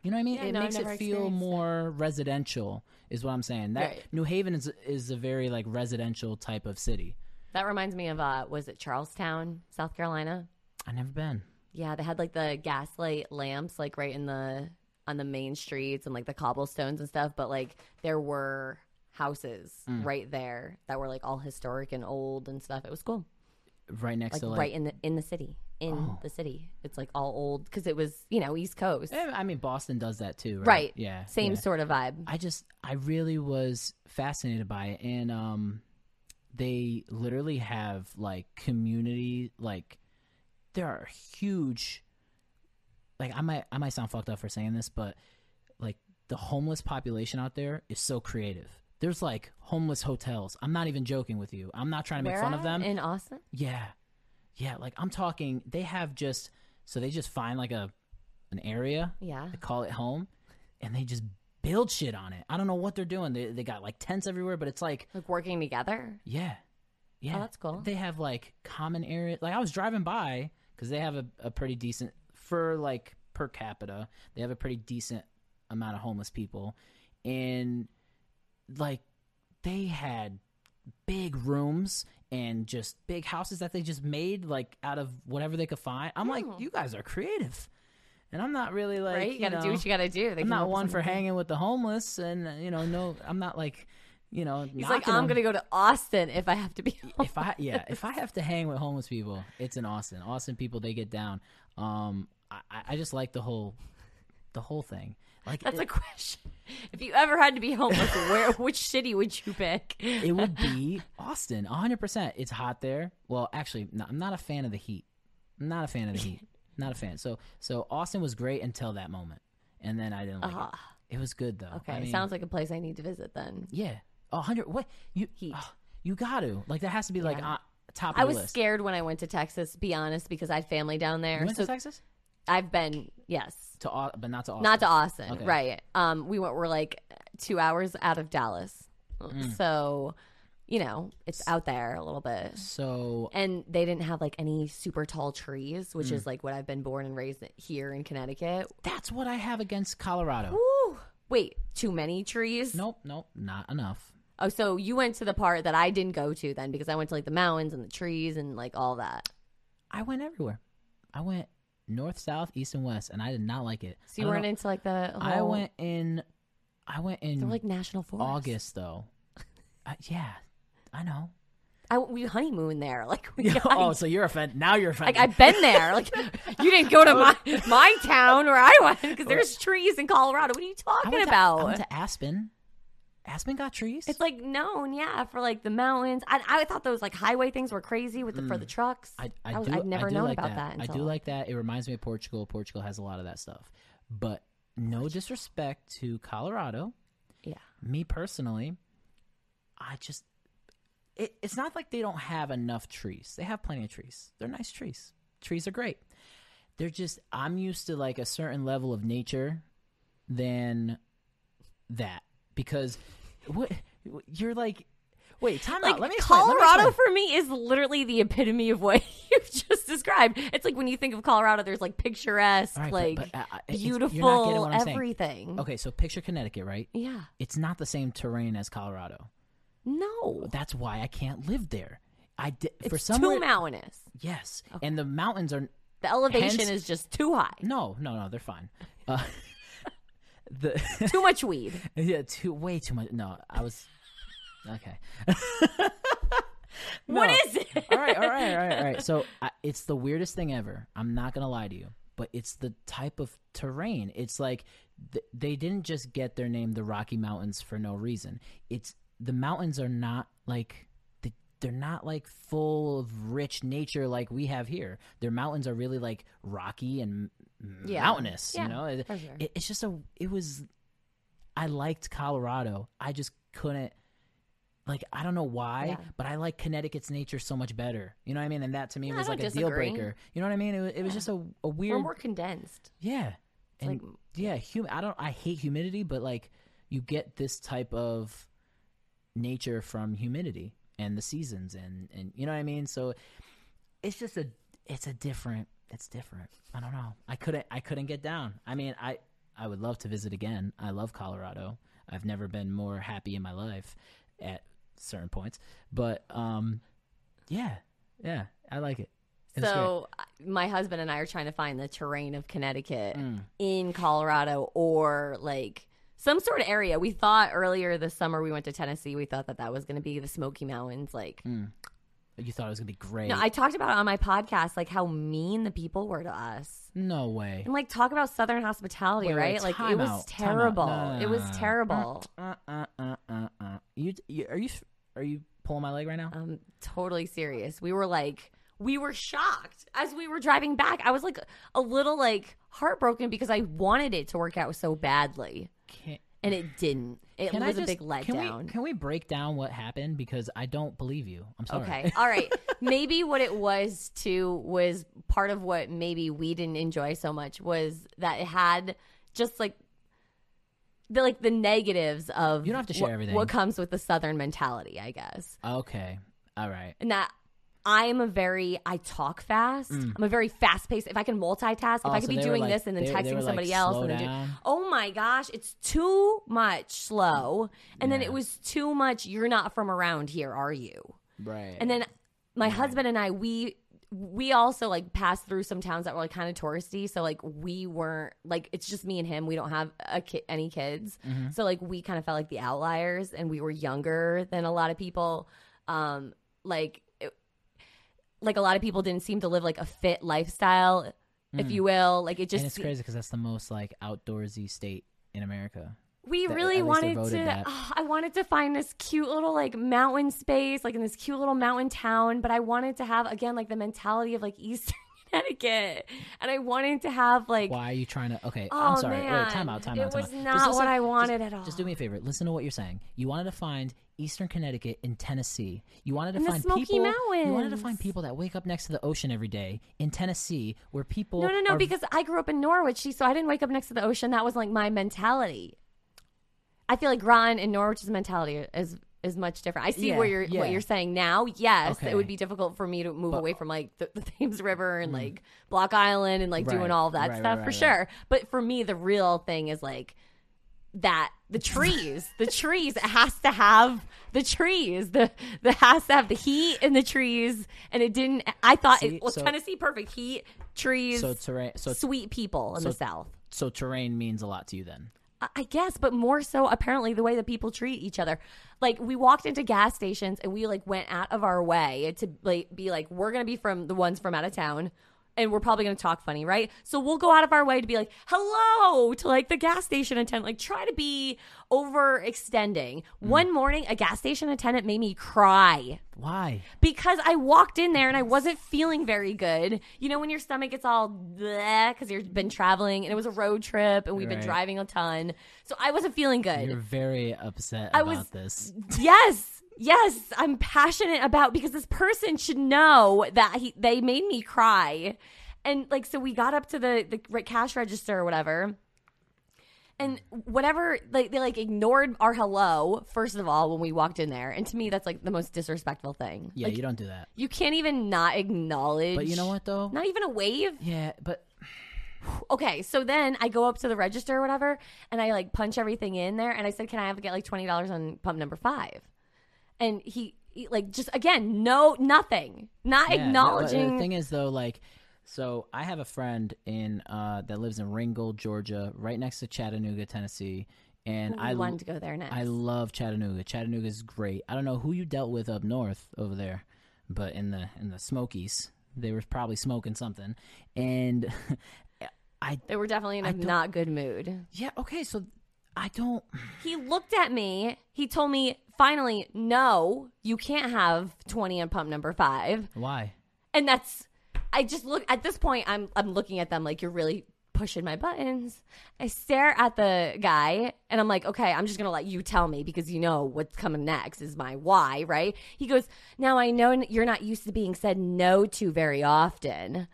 A: You know what I mean?
B: Yeah,
A: it
B: no, I've
A: makes it
B: never
A: feel
B: experienced that.
A: more residential, is what I'm saying. That
B: Right.
A: New Haven is is a very like residential type of city.
B: That reminds me of uh was it Charlestown, South Carolina?
A: I've never been.
B: Yeah, they had like the gaslight lamps like right in the on the main streets and like the cobblestones and stuff, but like there were houses
A: Mm.
B: right there that were like all historic and old and stuff. It was cool.
A: Right next
B: Like,
A: to like. Oh.
B: right in the in the city. In the city. It's like all old cuz it was, you know, East Coast.
A: Eh, I mean, Boston does that too, right?
B: right.
A: Yeah.
B: Same
A: yeah.
B: sort of vibe.
A: I just I really was fascinated by it, and um, they literally have like community like there are huge like I might I might sound fucked up for saying this, but like the homeless population out there is so creative. There's like homeless hotels. I'm not even joking with you. I'm not trying to make
B: Where
A: fun
B: at?
A: of them.
B: in Austin.
A: Yeah. Yeah, like I'm talking they have just so they just find like a an area
B: Yeah.
A: they call it home and they just build shit on it. I don't know what they're doing. They, they got like tents everywhere, but it's like,
B: Like working together. Oh,
A: yeah. Yeah.
B: that's cool.
A: They have like common area. Like I was driving by because they have a, a pretty decent, for like per capita, they have a pretty decent amount of homeless people. And like they had big rooms and just big houses that they just made like out of whatever they could find. I'm like, you guys are creative. And I'm not really like,
B: Hmm. right? You, got to do
A: know-
B: what you got to do. They
A: I'm
B: came up
A: not
B: with
A: one
B: something.
A: for hanging with the homeless, and uh, you know, no, I'm not like, you know,
B: He's like,
A: knocking
B: I'm
A: them.
B: gonna go to Austin if I have to be.
A: If I yeah, if I have to hang with homeless people, it's in Austin. Austin people, they get down. Um, I, I- I just like the whole, the whole thing. Like
B: That's
A: it,
B: a question. If you ever had to be homeless, where which city would you pick?
A: it would be Austin, 100%. It's hot there. Well, actually, no, I'm not a fan of the heat. I'm not a fan of the heat. Not a fan. So so Austin was great until that moment, and then I didn't like
B: Ah,
A: it. It was good though.
B: okay,
A: I mean,
B: sounds like a place I need to visit then.
A: yeah, a hundred. What you
B: Heat.
A: ah, you got to like that has to be like
B: Yeah.
A: on, top. Of
B: I
A: your
B: was
A: list.
B: scared when I went to Texas, to be honest, because I had family down there.
A: You went
B: so
A: to Texas
B: I've been yes.
A: to Au- but not to Austin.
B: Not to Austin,
A: Okay.
B: right? Um, we went. We're like two hours out of Dallas,
A: Mm.
B: so you know it's out there a little bit.
A: so
B: And they didn't have like any super tall trees,
A: Mm.
B: which is like what I've been born and raised here in Connecticut.
A: that's what I have against Colorado.
B: Woo! Wait, too many trees?
A: Nope, nope, not enough.
B: Oh, so you went to the part that I didn't go to then because I went to like the mountains and the trees and like all that.
A: I went everywhere. I went north, south, east, and west, and I did not like it.
B: So
A: I
B: you
A: don't
B: weren't
A: know-
B: into like the. Whole,
A: I went in. I went in
B: They're like national forest.
A: August though. I, yeah, I know.
B: I we honeymoon there. Like we.
A: Yeah,
B: got-
A: oh, so you're offended. Now you're offended.
B: Like I've been there. Like you didn't go to my my town where I went because there's trees in Colorado. What are you
A: I
B: talking
A: went to- I
B: about?
A: went to Aspen. Aspen got trees.
B: it's like known, yeah, for like the mountains. I, I thought those like highway things were crazy with the, for the trucks.
A: Mm. I, I,
B: was-
A: do,
B: I'd never
A: I do
B: known
A: like
B: about that.
A: I
B: until,
A: do like that. It reminds me of Portugal. Portugal has a lot of that stuff. But no disrespect to Colorado.
B: Yeah.
A: Me personally, I just it, it's not like they don't have enough trees. They have plenty of trees. They're nice trees. Trees are great. They're just I'm used to like a certain level of nature than that because what you're like wait time
B: Like
A: out let me explain, let me
B: Colorado
A: explain.
B: for me is literally the epitome of what you just described. It's like when you think of Colorado, there's like picturesque,
A: All right, but-
B: like
A: but, uh, uh, it's- you're not getting
B: beautiful,
A: what I'm saying.
B: everything.
A: okay so picture Connecticut right
B: Yeah.
A: it's not the same terrain as Colorado.
B: No.
A: That's why I can't live there. I did for
B: It's
A: some
B: too
A: weird-
B: mountainous.
A: yes, and the mountains are
B: The elevation
A: Hence-
B: is just too high.
A: no, no, no, they're fine. Uh, the
B: Too much weed.
A: yeah, too way too much. No, I was okay.
B: What
A: No.
B: is it?
A: all right, all right, all right, all right. So I, it's the weirdest thing ever. I'm not gonna lie to you, but it's the type of terrain. It's like th- they didn't just get their name, the Rocky Mountains, for no reason. It's the mountains are not like they- they're not like full of rich nature like we have here. Their mountains are really like rocky and m-
B: Yeah.
A: mountainous.
B: Yeah,
A: You know, Oh, It-
B: for sure.
A: it, it's just a. It was. I liked Colorado. I just couldn't like I don't know why,
B: Yeah.
A: but I like Connecticut's nature so much better. You know what I mean? And that to me
B: No, I
A: was
B: don't
A: like a deal
B: disagree.
A: breaker. You know what I mean? It, wa- it was
B: Yeah.
A: just a, a
B: We're
A: weird,
B: more condensed.
A: yeah,
B: It's
A: and
B: like-
A: yeah, hum- I don't, I hate humidity, but like you get this type of nature from humidity and the seasons, and and you know what I mean. So it's just a, it's a different, it's different. I don't know. I couldn't, I couldn't get down. I mean, I, I would love to visit again. I love Colorado. I've never been more happy in my life at certain points, but um, yeah, yeah, I like it. It's great.
B: So I- my husband and I are trying to find the terrain of Connecticut
A: Mm.
B: in Colorado or like some sort of area. We thought earlier this summer we went to Tennessee. We thought that that was going to be the Smoky Mountains. Like,
A: you thought it was gonna be great.
B: no, I talked about it on my podcast, like how mean the people were to us.
A: no way.
B: And like, talk about Southern hospitality,
A: Wait, wait,
B: right? like, it
A: time
B: was
A: out, time out.
B: terrible.
A: No, no,
B: It
A: no,
B: was
A: no, no.
B: terrible.
A: uh, uh, uh, uh, uh. You, you are you are you pulling my leg right now?
B: I'm Um, totally serious. We were like, we were shocked as we were driving back. I was like a little like heartbroken because I wanted it to work out so badly
A: Can,
B: and it didn't. It
A: can I
B: was a
A: just-
B: big
A: Can
B: letdown.
A: we, can we break down what happened because I don't believe you. I'm sorry.
B: Okay. All right. Maybe what it was too was part of what maybe we didn't enjoy so much was that it had just like the like the negatives of
A: You don't have to
B: wh-
A: share everything.
B: what comes with the southern mentality, I guess.
A: okay. All right.
B: and that I'm a very I talk fast. I'm a very fast paced. If I can multitask, if
A: Mm. Oh, so
B: I could be
A: they were
B: doing
A: like-
B: this and then
A: they- they
B: texting
A: were like,
B: somebody else,
A: "Slow
B: and then
A: down."
B: oh my gosh, it's too much slow. And then
A: Yeah.
B: it was too much. You're not from around here, are you?
A: Right.
B: And then my husband and I, we we also like passed through some towns that were like kind of touristy. So like we weren't like it's just me and him. We don't have a ki- any kids, so like we kind of felt like the outliers, and we were younger than a lot of people. Um, like it, like a lot of people didn't seem to live like a fit lifestyle, if you will. Like
A: Mm.
B: it
A: Hmm. And
B: just
A: it's crazy because that's the most like outdoorsy state in America.
B: We
A: That-
B: really
A: at least they
B: wanted
A: voted
B: to.
A: that.
B: ah, I wanted to find this cute little like mountain space, like in this cute little mountain town. But I wanted to have again like the mentality of like Eastern Connecticut, and I wanted to have like
A: Why are you trying to? Okay,
B: Oh,
A: I'm sorry.
B: man.
A: Wait, time out, time
B: It
A: out, time
B: was
A: out. Just
B: not
A: listen-
B: what I
A: just-
B: wanted at
A: Just
B: all.
A: do me a favor. Listen to what you're saying. You wanted to find Eastern Connecticut in Tennessee. You wanted to
B: And the
A: find
B: Smoky
A: people. You wanted to
B: Mountains.
A: find people that wake up next to the ocean every day in Tennessee, where people.
B: no, no, no.
A: are-
B: Because I grew up in Norwich, see, so I didn't wake up next to the ocean. That was like my mentality. I feel like Ron and Norwich's mentality is is much different. I see
A: Yeah,
B: where you're what
A: yeah.
B: you're saying now. Yes, it
A: Okay.
B: would be difficult for me to move
A: But- Mm-hmm.
B: away from like the, the Thames River and like Block Island and like doing
A: Right,
B: all that
A: right, right,
B: stuff for
A: right,
B: sure. But for me, the real thing is like that the trees the trees it has to have the trees the the has to have the heat in the trees and it didn't i thought
A: See,
B: it well
A: so-
B: tennessee perfect heat trees
A: So terrain. So
B: sweet people in the
A: so-
B: south
A: so terrain means a lot to you then.
B: I- I guess, but more so apparently the way that people treat each other. Like we walked into gas stations and we like went out of our way to like, be like, we're gonna be from the ones from out of town, and we're probably gonna talk funny, right? So we'll go out of our way to be like, hello to like the gas station attendant. Like try to be
A: Mm.
B: overextending. One morning, a gas station attendant made me cry
A: Why?
B: because I walked in there and I wasn't feeling very good. You know, when your stomach gets all because you've been traveling and it was a road trip and we've been
A: Right.
B: driving a ton. So I wasn't feeling good.
A: You're very upset
B: I
A: about
B: was-
A: this.
B: Yes. Yes, I'm passionate about because this person should know that he, they made me cry. And like so we got up to the the re- cash register or whatever. And whatever like they like ignored our hello first of all when we walked in there. And to me that's like the most disrespectful thing.
A: Yeah,
B: Like,
A: you don't do that.
B: you can't even not acknowledge.
A: But you know what though?
B: Not even a wave.
A: Yeah, but
B: Okay, so then I go up to the register or whatever, and I like punch everything in there, and I said, "Can I have get like twenty dollars on pump number five? And he, he, like just again, no, nothing, not
A: Yeah, no, but
B: acknowledging.
A: the thing is, though, like, so I have a friend in uh, that lives in Ringgold, Georgia, right next to Chattanooga, Tennessee, and
B: we
A: I
B: wanted to go there next.
A: I love Chattanooga. Chattanooga is great. I don't know who you dealt with up north over there, but in the in the Smokies, they were probably smoking something, and I
B: they were definitely in a not good mood.
A: yeah okay, so I don't.
B: He looked at me. He told me finally, "No, you can't have twenty on pump number five.
A: Why?
B: and that's I just look at this point I'm I'm looking at them like you're really pushing my buttons. I stare at the guy and I'm like, "Okay, I'm just going to let you tell me because you know what's coming next is my why, right?" He goes, "Now I know n- you're not used to being said no to very often,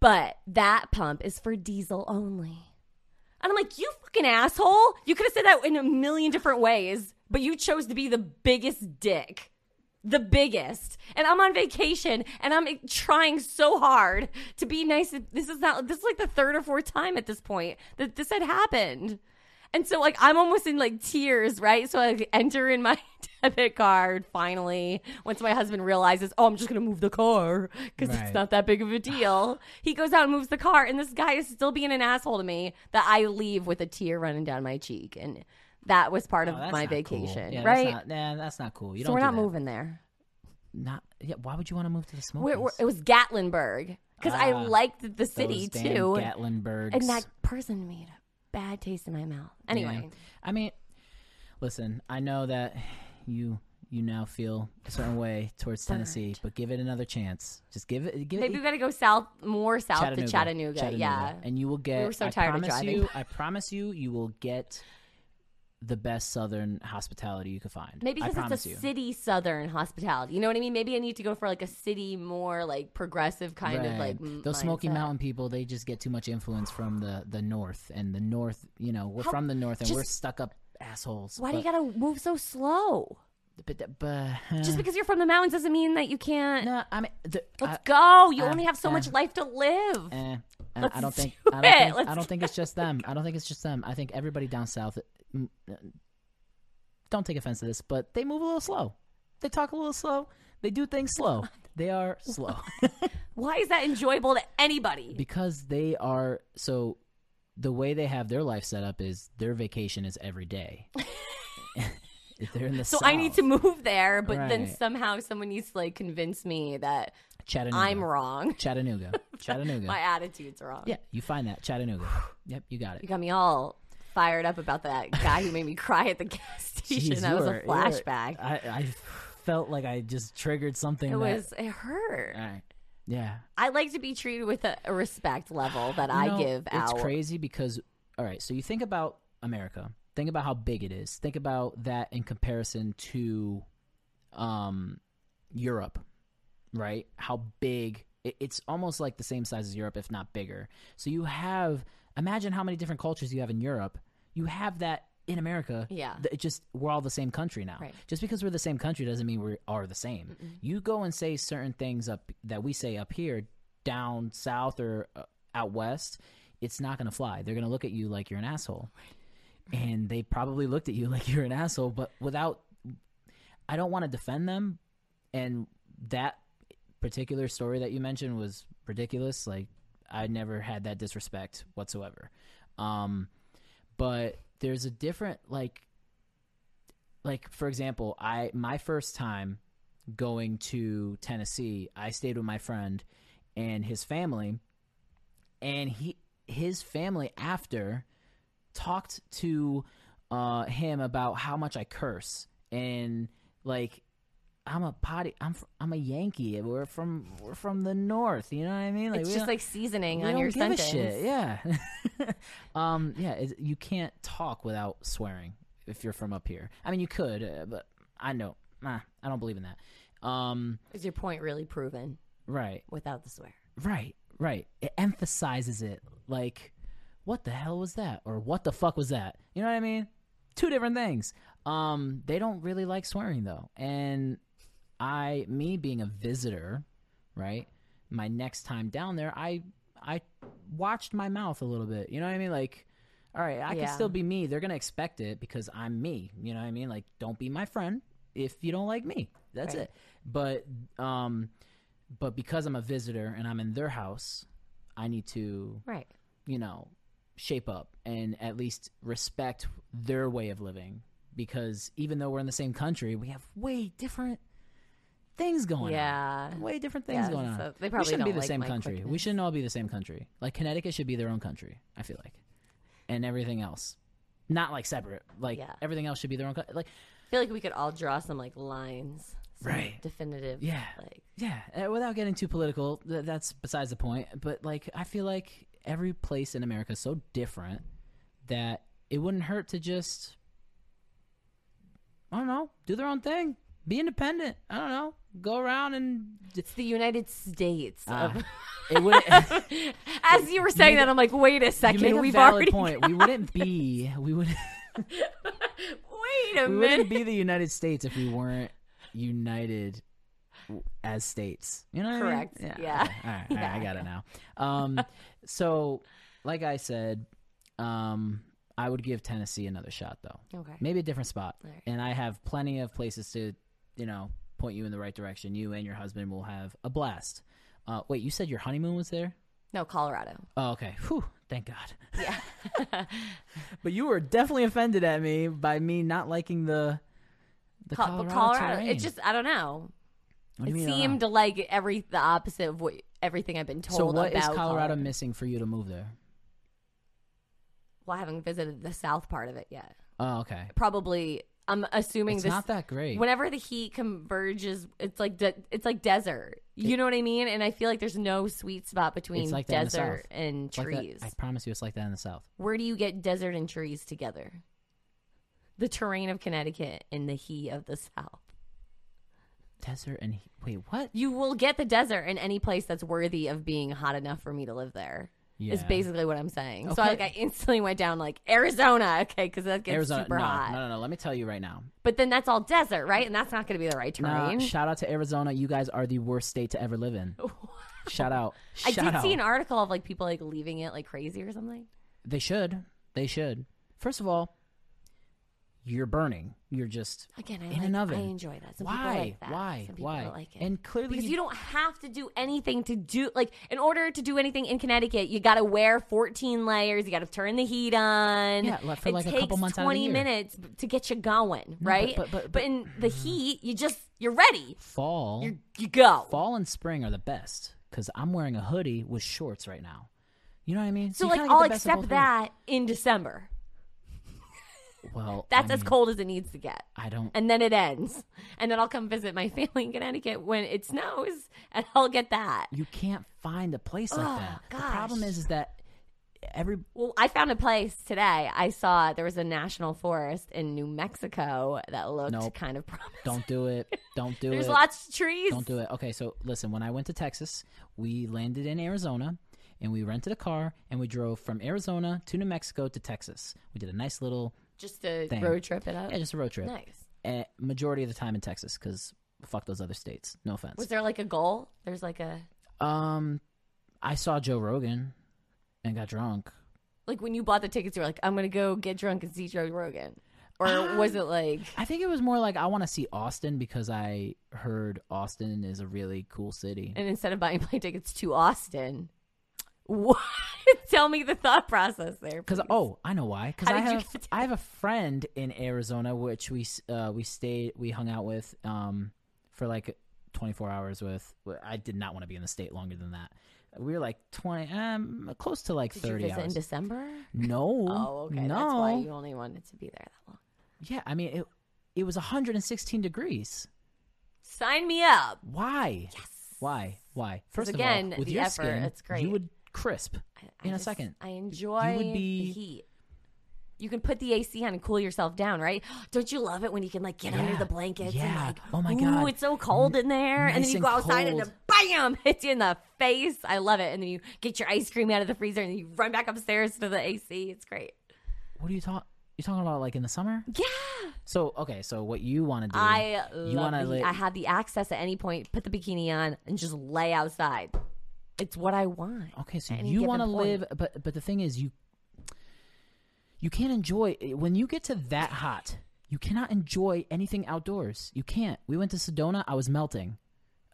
B: but that pump is for diesel only." And I'm like, "You fucking asshole. You could have said that in a million different ways, but you chose to be the biggest dick." the biggest and i'm on vacation and i'm trying so hard to be nice this is not this is like the third or fourth time at this point that this had happened and so like i'm almost in like tears right so i enter in my debit card finally once my husband realizes oh i'm just gonna move the car because it's
A: Right.
B: not that big of a deal he goes out and moves the car and this guy is still being an asshole to me that i leave with a tear running down my cheek and that was part of
A: Oh, that's
B: my
A: not cool.
B: vacation
A: Yeah, that's
B: right
A: not- nah, that's not cool. You
B: so
A: don't.
B: we're
A: do
B: not
A: that.
B: moving there
A: Not. Yeah. Why would you want to move to the Smokies?
B: Where, where, it was Gatlinburg because I
A: Ah,
B: liked the
A: Those
B: city
A: damn
B: too,
A: Gatlinburgs.
B: and that person made a bad taste in my mouth. Anyway,
A: Yeah. I mean, listen, I know that you you now feel a certain way towards Tennessee, but give it another chance. Just give it give
B: maybe
A: it
B: we gotta go south, more south to Chattanooga. Yeah,
A: And you will get
B: were so
A: I
B: tired of
A: promise
B: driving.
A: you, I promise you you will get the best southern hospitality you could find.
B: maybe
A: I
B: because
A: promise
B: it's a
A: you.
B: city southern hospitality. You know what I mean? Maybe I need to go for like a city more like progressive kind
A: Right.
B: of like m-
A: those Smoky
B: mindset.
A: Mountain people, they just get too much influence from the the north and the north, you know, we're
B: How-
A: from the north and we're
B: just-
A: stuck up assholes.
B: Why do you
A: but-
B: gotta move so slow?
A: but, but, uh,
B: Just because you're from the mountains doesn't mean that you can't.
A: no, I mean the,
B: Let's
A: I-
B: go. You
A: uh,
B: only have so
A: uh,
B: much life to live.
A: Eh, I-
B: Let's
A: I don't think.
B: do
A: I don't
B: it.
A: think, I
B: Let's
A: don't think it's just them. I don't think it's just them. I think everybody down south. mm, uh, Don't take offense to this, but they move a little slow. They talk a little slow. They do things slow. They are slow
B: Why is that enjoyable to anybody?
A: because they are so. The way they have their life set up is their vacation is every day. If They're in the
B: So I need to
A: South,
B: move there, but then
A: Right. Mm-hmm.
B: somehow someone needs to like convince me that
A: Chattanooga.
B: I'm wrong.
A: Chattanooga. Chattanooga.
B: My attitude's wrong.
A: yeah, you find that Chattanooga. Yep, you got it.
B: You got me all fired up about that guy who made me cry at the gas station.
A: Jeez,
B: that
A: you
B: was
A: are-
B: a
A: you are-
B: flashback.
A: I, I felt like I just triggered something.
B: it
A: that,
B: was it hurt.
A: All right. Yeah.
B: I like to be treated with a, a respect level that
A: You
B: I
A: know,
B: give out.
A: It's crazy because all right, so you think about America, think about how big it is, think about that in comparison to um Europe, right? How big it- it's almost like the same size as Europe, if not bigger. So you have imagine how many different cultures you have in Europe. You have that in America.
B: Yeah.
A: th- It just we're all the same country now.
B: Right.
A: Just because we're the same country doesn't mean we are the same. You go and say certain things up that we say up here, down south or uh, out west, it's not going to fly. They're going to look at you like you're an asshole. And they probably looked at you like you're an asshole, but without I don't want to defend them and that particular story that you mentioned was ridiculous. Like I never had that disrespect whatsoever. Um but there's a different like like for example, I my first time going to Tennessee, I stayed with my friend and his family and he his family after talked to uh, him about how much I curse and like I'm a potty I'm fr- I'm a Yankee we're from we're from the north you know what I mean
B: It's
A: we
B: just
A: don't-
B: like seasoning
A: we
B: on your
A: don't give a
B: sentence.
A: shit, Yeah. um. Yeah. It's, you can't talk without swearing if you're from up here. I mean, you could, uh, but I know. Nah, I don't believe in that. Um.
B: Is your point really proven
A: Right.
B: without the swear?
A: Right. Right. It emphasizes it. Like, what the hell was that? Or what the fuck was that? You know what I mean? Two different things. Um. They don't really like swearing though, and I, me being a visitor, right? My next time down there, I I watched my mouth a little bit. You know what I mean? Like, all right, I
B: Yeah.
A: can still be me. They're gonna expect it because I'm me. You know what I mean? Like, don't be my friend if you don't like me. That's
B: Right.
A: it. But um, but because I'm a visitor and I'm in their house, I need to
B: Right.
A: you know, shape up and at least respect their way of living because even though we're in the same country, we have way different things going
B: Yeah.
A: on. Way different things
B: Yeah,
A: going on.
B: so they
A: we
B: probably
A: shouldn't be
B: don't
A: the
B: like
A: same
B: my
A: country. We
B: quickness.
A: shouldn't all be the same country. Like Connecticut should be their own country, I feel like. And everything else. Not like separate. Like
B: Yeah.
A: everything else should be their own country. Like
B: I feel like we could all draw some like lines. some
A: Right.
B: Definitive.
A: Yeah.
B: Like
A: Yeah, uh, without getting too political, th- that's besides the point. But like, I feel like every place in America is so different that it wouldn't hurt to just, I don't know, do their own thing, be independent. I don't know, go around and
B: it's the United States. of-
A: Ah, it would. not
B: As you were saying that, I'm like, wait a
A: you
B: second.
A: made a
B: We've
A: valid
B: already.
A: point. We wouldn't be. We would.
B: Wait a
A: We
B: minute.
A: wouldn't be the United States if we weren't united w- as states. You know what I mean?
B: Correct. Yeah.
A: okay. All right. All right. I got it now. Um, so, like I said, um, I would give Tennessee another shot, though.
B: Okay.
A: Maybe a different spot.
B: All right.
A: And I have plenty of places to, you know, point you in the right direction. You and your husband will have a blast. Uh, wait, you said your honeymoon was there?
B: No, Colorado.
A: Oh, okay. Whew. Thank God.
B: Yeah.
A: But you were definitely offended at me by me not liking the the
B: Col-
A: Colorado,
B: but Colorado.
A: terrain.
B: It just, I don't know.
A: What do
B: It
A: you mean, uh,
B: seemed like every the opposite of what everything I've been told
A: So what is
B: about
A: Colorado, missing for you to move there?
B: Well, I haven't visited the south part of it yet.
A: Oh, okay.
B: Probably. I'm assuming
A: It's
B: this.
A: not that great.
B: whenever the heat converges, it's like de- it's like desert. You know what I mean? And I feel like there's no sweet spot between
A: It's like that in the
B: desert
A: South.
B: and
A: It's like that-
B: trees.
A: I promise you, it's like that in the South.
B: Where do you get desert and trees together? The terrain of Connecticut and the heat of the South.
A: Desert and he- wait, what?
B: You will get the desert in any place that's worthy of being hot enough for me to live there. Is
A: Yeah.
B: basically what I'm saying. So I, like
A: Okay.
B: I instantly went down like Arizona, okay, because that gets
A: Arizona?
B: super
A: no,
B: hot.
A: no, no, no. Let me tell you right now.
B: But then that's all desert, right? And that's not going to be the right
A: Nah,
B: terrain.
A: shout out to Arizona. You guys are the worst state to ever live in. shout out.
B: I
A: Shout
B: did
A: out.
B: see an article of like people like leaving it like crazy or something.
A: they should. They should. First of all, you're burning. You're just
B: Again, I
A: in
B: like,
A: an oven.
B: I enjoy that. Some people
A: Why?
B: like that.
A: Why?
B: Some people
A: Why?
B: don't like it.
A: And clearly,
B: because you don't have to do anything to do like in order to do anything in Connecticut, you got to wear 14 layers. You got to turn the heat on.
A: Yeah, like, for,
B: it
A: like, a
B: takes
A: couple months out of the
B: 20
A: year.
B: minutes b- to get you going, right?
A: but- but- Mm-hmm. but-
B: in the heat, you just you're ready.
A: fall.
B: You you go.
A: fall and spring are the best because I'm wearing a hoodie with shorts right now. You know what I mean?
B: so
A: you
B: like
A: kinda get the
B: I'll
A: best of both
B: accept
A: worlds.
B: that in December.
A: Well,
B: That's
A: I
B: as
A: mean,
B: cold as it needs to get.
A: I don't.
B: And then it ends. And then I'll come visit my family in Connecticut when it snows and I'll get that.
A: You can't find a place like
B: Oh,
A: that. The
B: gosh.
A: problem is, is that every
B: Well, I found a place today. I saw there was a national forest in New Mexico that looked
A: Nope.
B: kind of promising.
A: don't do it. Don't do
B: There's
A: it.
B: lots of trees.
A: Don't do it. Okay, so listen, when I went to Texas, we landed in Arizona and we rented a car and we drove from Arizona to New Mexico to Texas. We did a nice little,
B: Just to
A: Thing.
B: road trip it up.
A: yeah, just a road trip.
B: nice.
A: Eh, majority of the time in Texas because fuck those other states. No offense.
B: Was there like a goal? There's like a
A: um, I saw Joe Rogan and got drunk.
B: like when you bought the tickets, you were like, I'm gonna go get drunk and see Joe Rogan, or
A: Ah.
B: was it like
A: I think it was more like I want to see Austin because I heard Austin is a really cool city.
B: and instead of buying plane tickets to Austin, what? Tell me the thought process there.
A: Cause
B: please.
A: oh, I know why. Cause
B: How
A: I
B: did you
A: have
B: get-
A: I have a friend in Arizona which we s- uh, we stayed we hung out with um for like 24 hours with. Well, I did not want to be in the state longer than that. We were like 20 um close to like
B: did you
A: 30
B: visit in
A: hours.
B: December?
A: no.
B: Oh, okay,
A: No.
B: that's why you only wanted to be there that long.
A: Yeah, I mean it it was 116 degrees.
B: Sign me up.
A: Why? Yes. Why? Why? First
B: again,
A: of all, with
B: the
A: your
B: effort,
A: skin,
B: it's great.
A: you would crisp.
B: I- I
A: In a
B: just-
A: second.
B: I enjoy
A: be-
B: the heat. You can put the AC on and cool yourself down, right? Don't you love it when you can like get under
A: Yeah.
B: the blankets and
A: Yeah.
B: like,
A: Oh my
B: ooh,
A: God.
B: it's so cold in there, and
A: nice
B: then you
A: and
B: go outside and
A: cold.
B: then bam, hits you in the face. I love it, and then you get your ice cream out of the freezer and then you run back upstairs to the AC. It's great.
A: What are you talking? You talking about like in the summer?
B: Yeah,
A: So okay, so what you want to do?
B: I
A: you
B: love.
A: wanna
B: The heat.
A: li-
B: I have the access at any point. Put the bikini on and just lay outside. It's what I want.
A: Okay, so
B: at any
A: you
B: given
A: want to
B: point.
A: live, but but the thing is, you you can't enjoy when you get to that hot. You cannot enjoy anything outdoors. You can't. We went to Sedona. I was melting.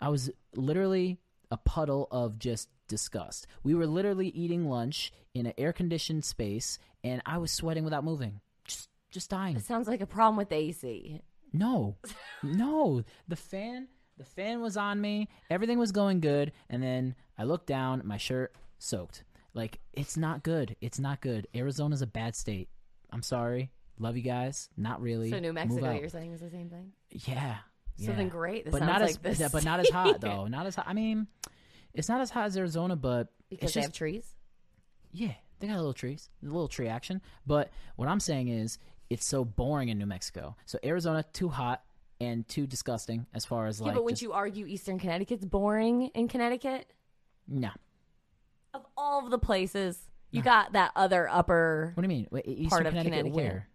A: I was literally a puddle of just disgust. We were literally eating lunch in an air conditioned space, and I was sweating without moving. Just just dying.
B: It sounds like a problem with the AC.
A: No, no. The fan, the fan was on me. Everything was going good, and then I looked down. My shirt soaked. Like it's not good. It's not good. Arizona's a bad state. I'm sorry. Love you guys. Not really.
B: So New
A: Move
B: Mexico,
A: out.
B: you're saying is the same thing.
A: yeah.
B: So
A: yeah.
B: then great. This
A: but
B: sounds
A: not
B: like
A: as
B: this.
A: yeah, but not as hot though. Not as hot. I mean, it's not as hot as Arizona, but
B: because
A: it's
B: they
A: just,
B: have trees.
A: yeah, they got little trees, a little tree action. But what I'm saying is, it's so boring in New Mexico. So Arizona, too hot and too disgusting as far as like.
B: yeah, but wouldn't
A: just-
B: you argue Eastern Connecticut's boring in Connecticut?
A: No.
B: Of all of the places, you got that other upper.
A: What do you mean? Wait, e-, Eastern
B: Part of
A: Connecticut,
B: Connecticut.
A: Where?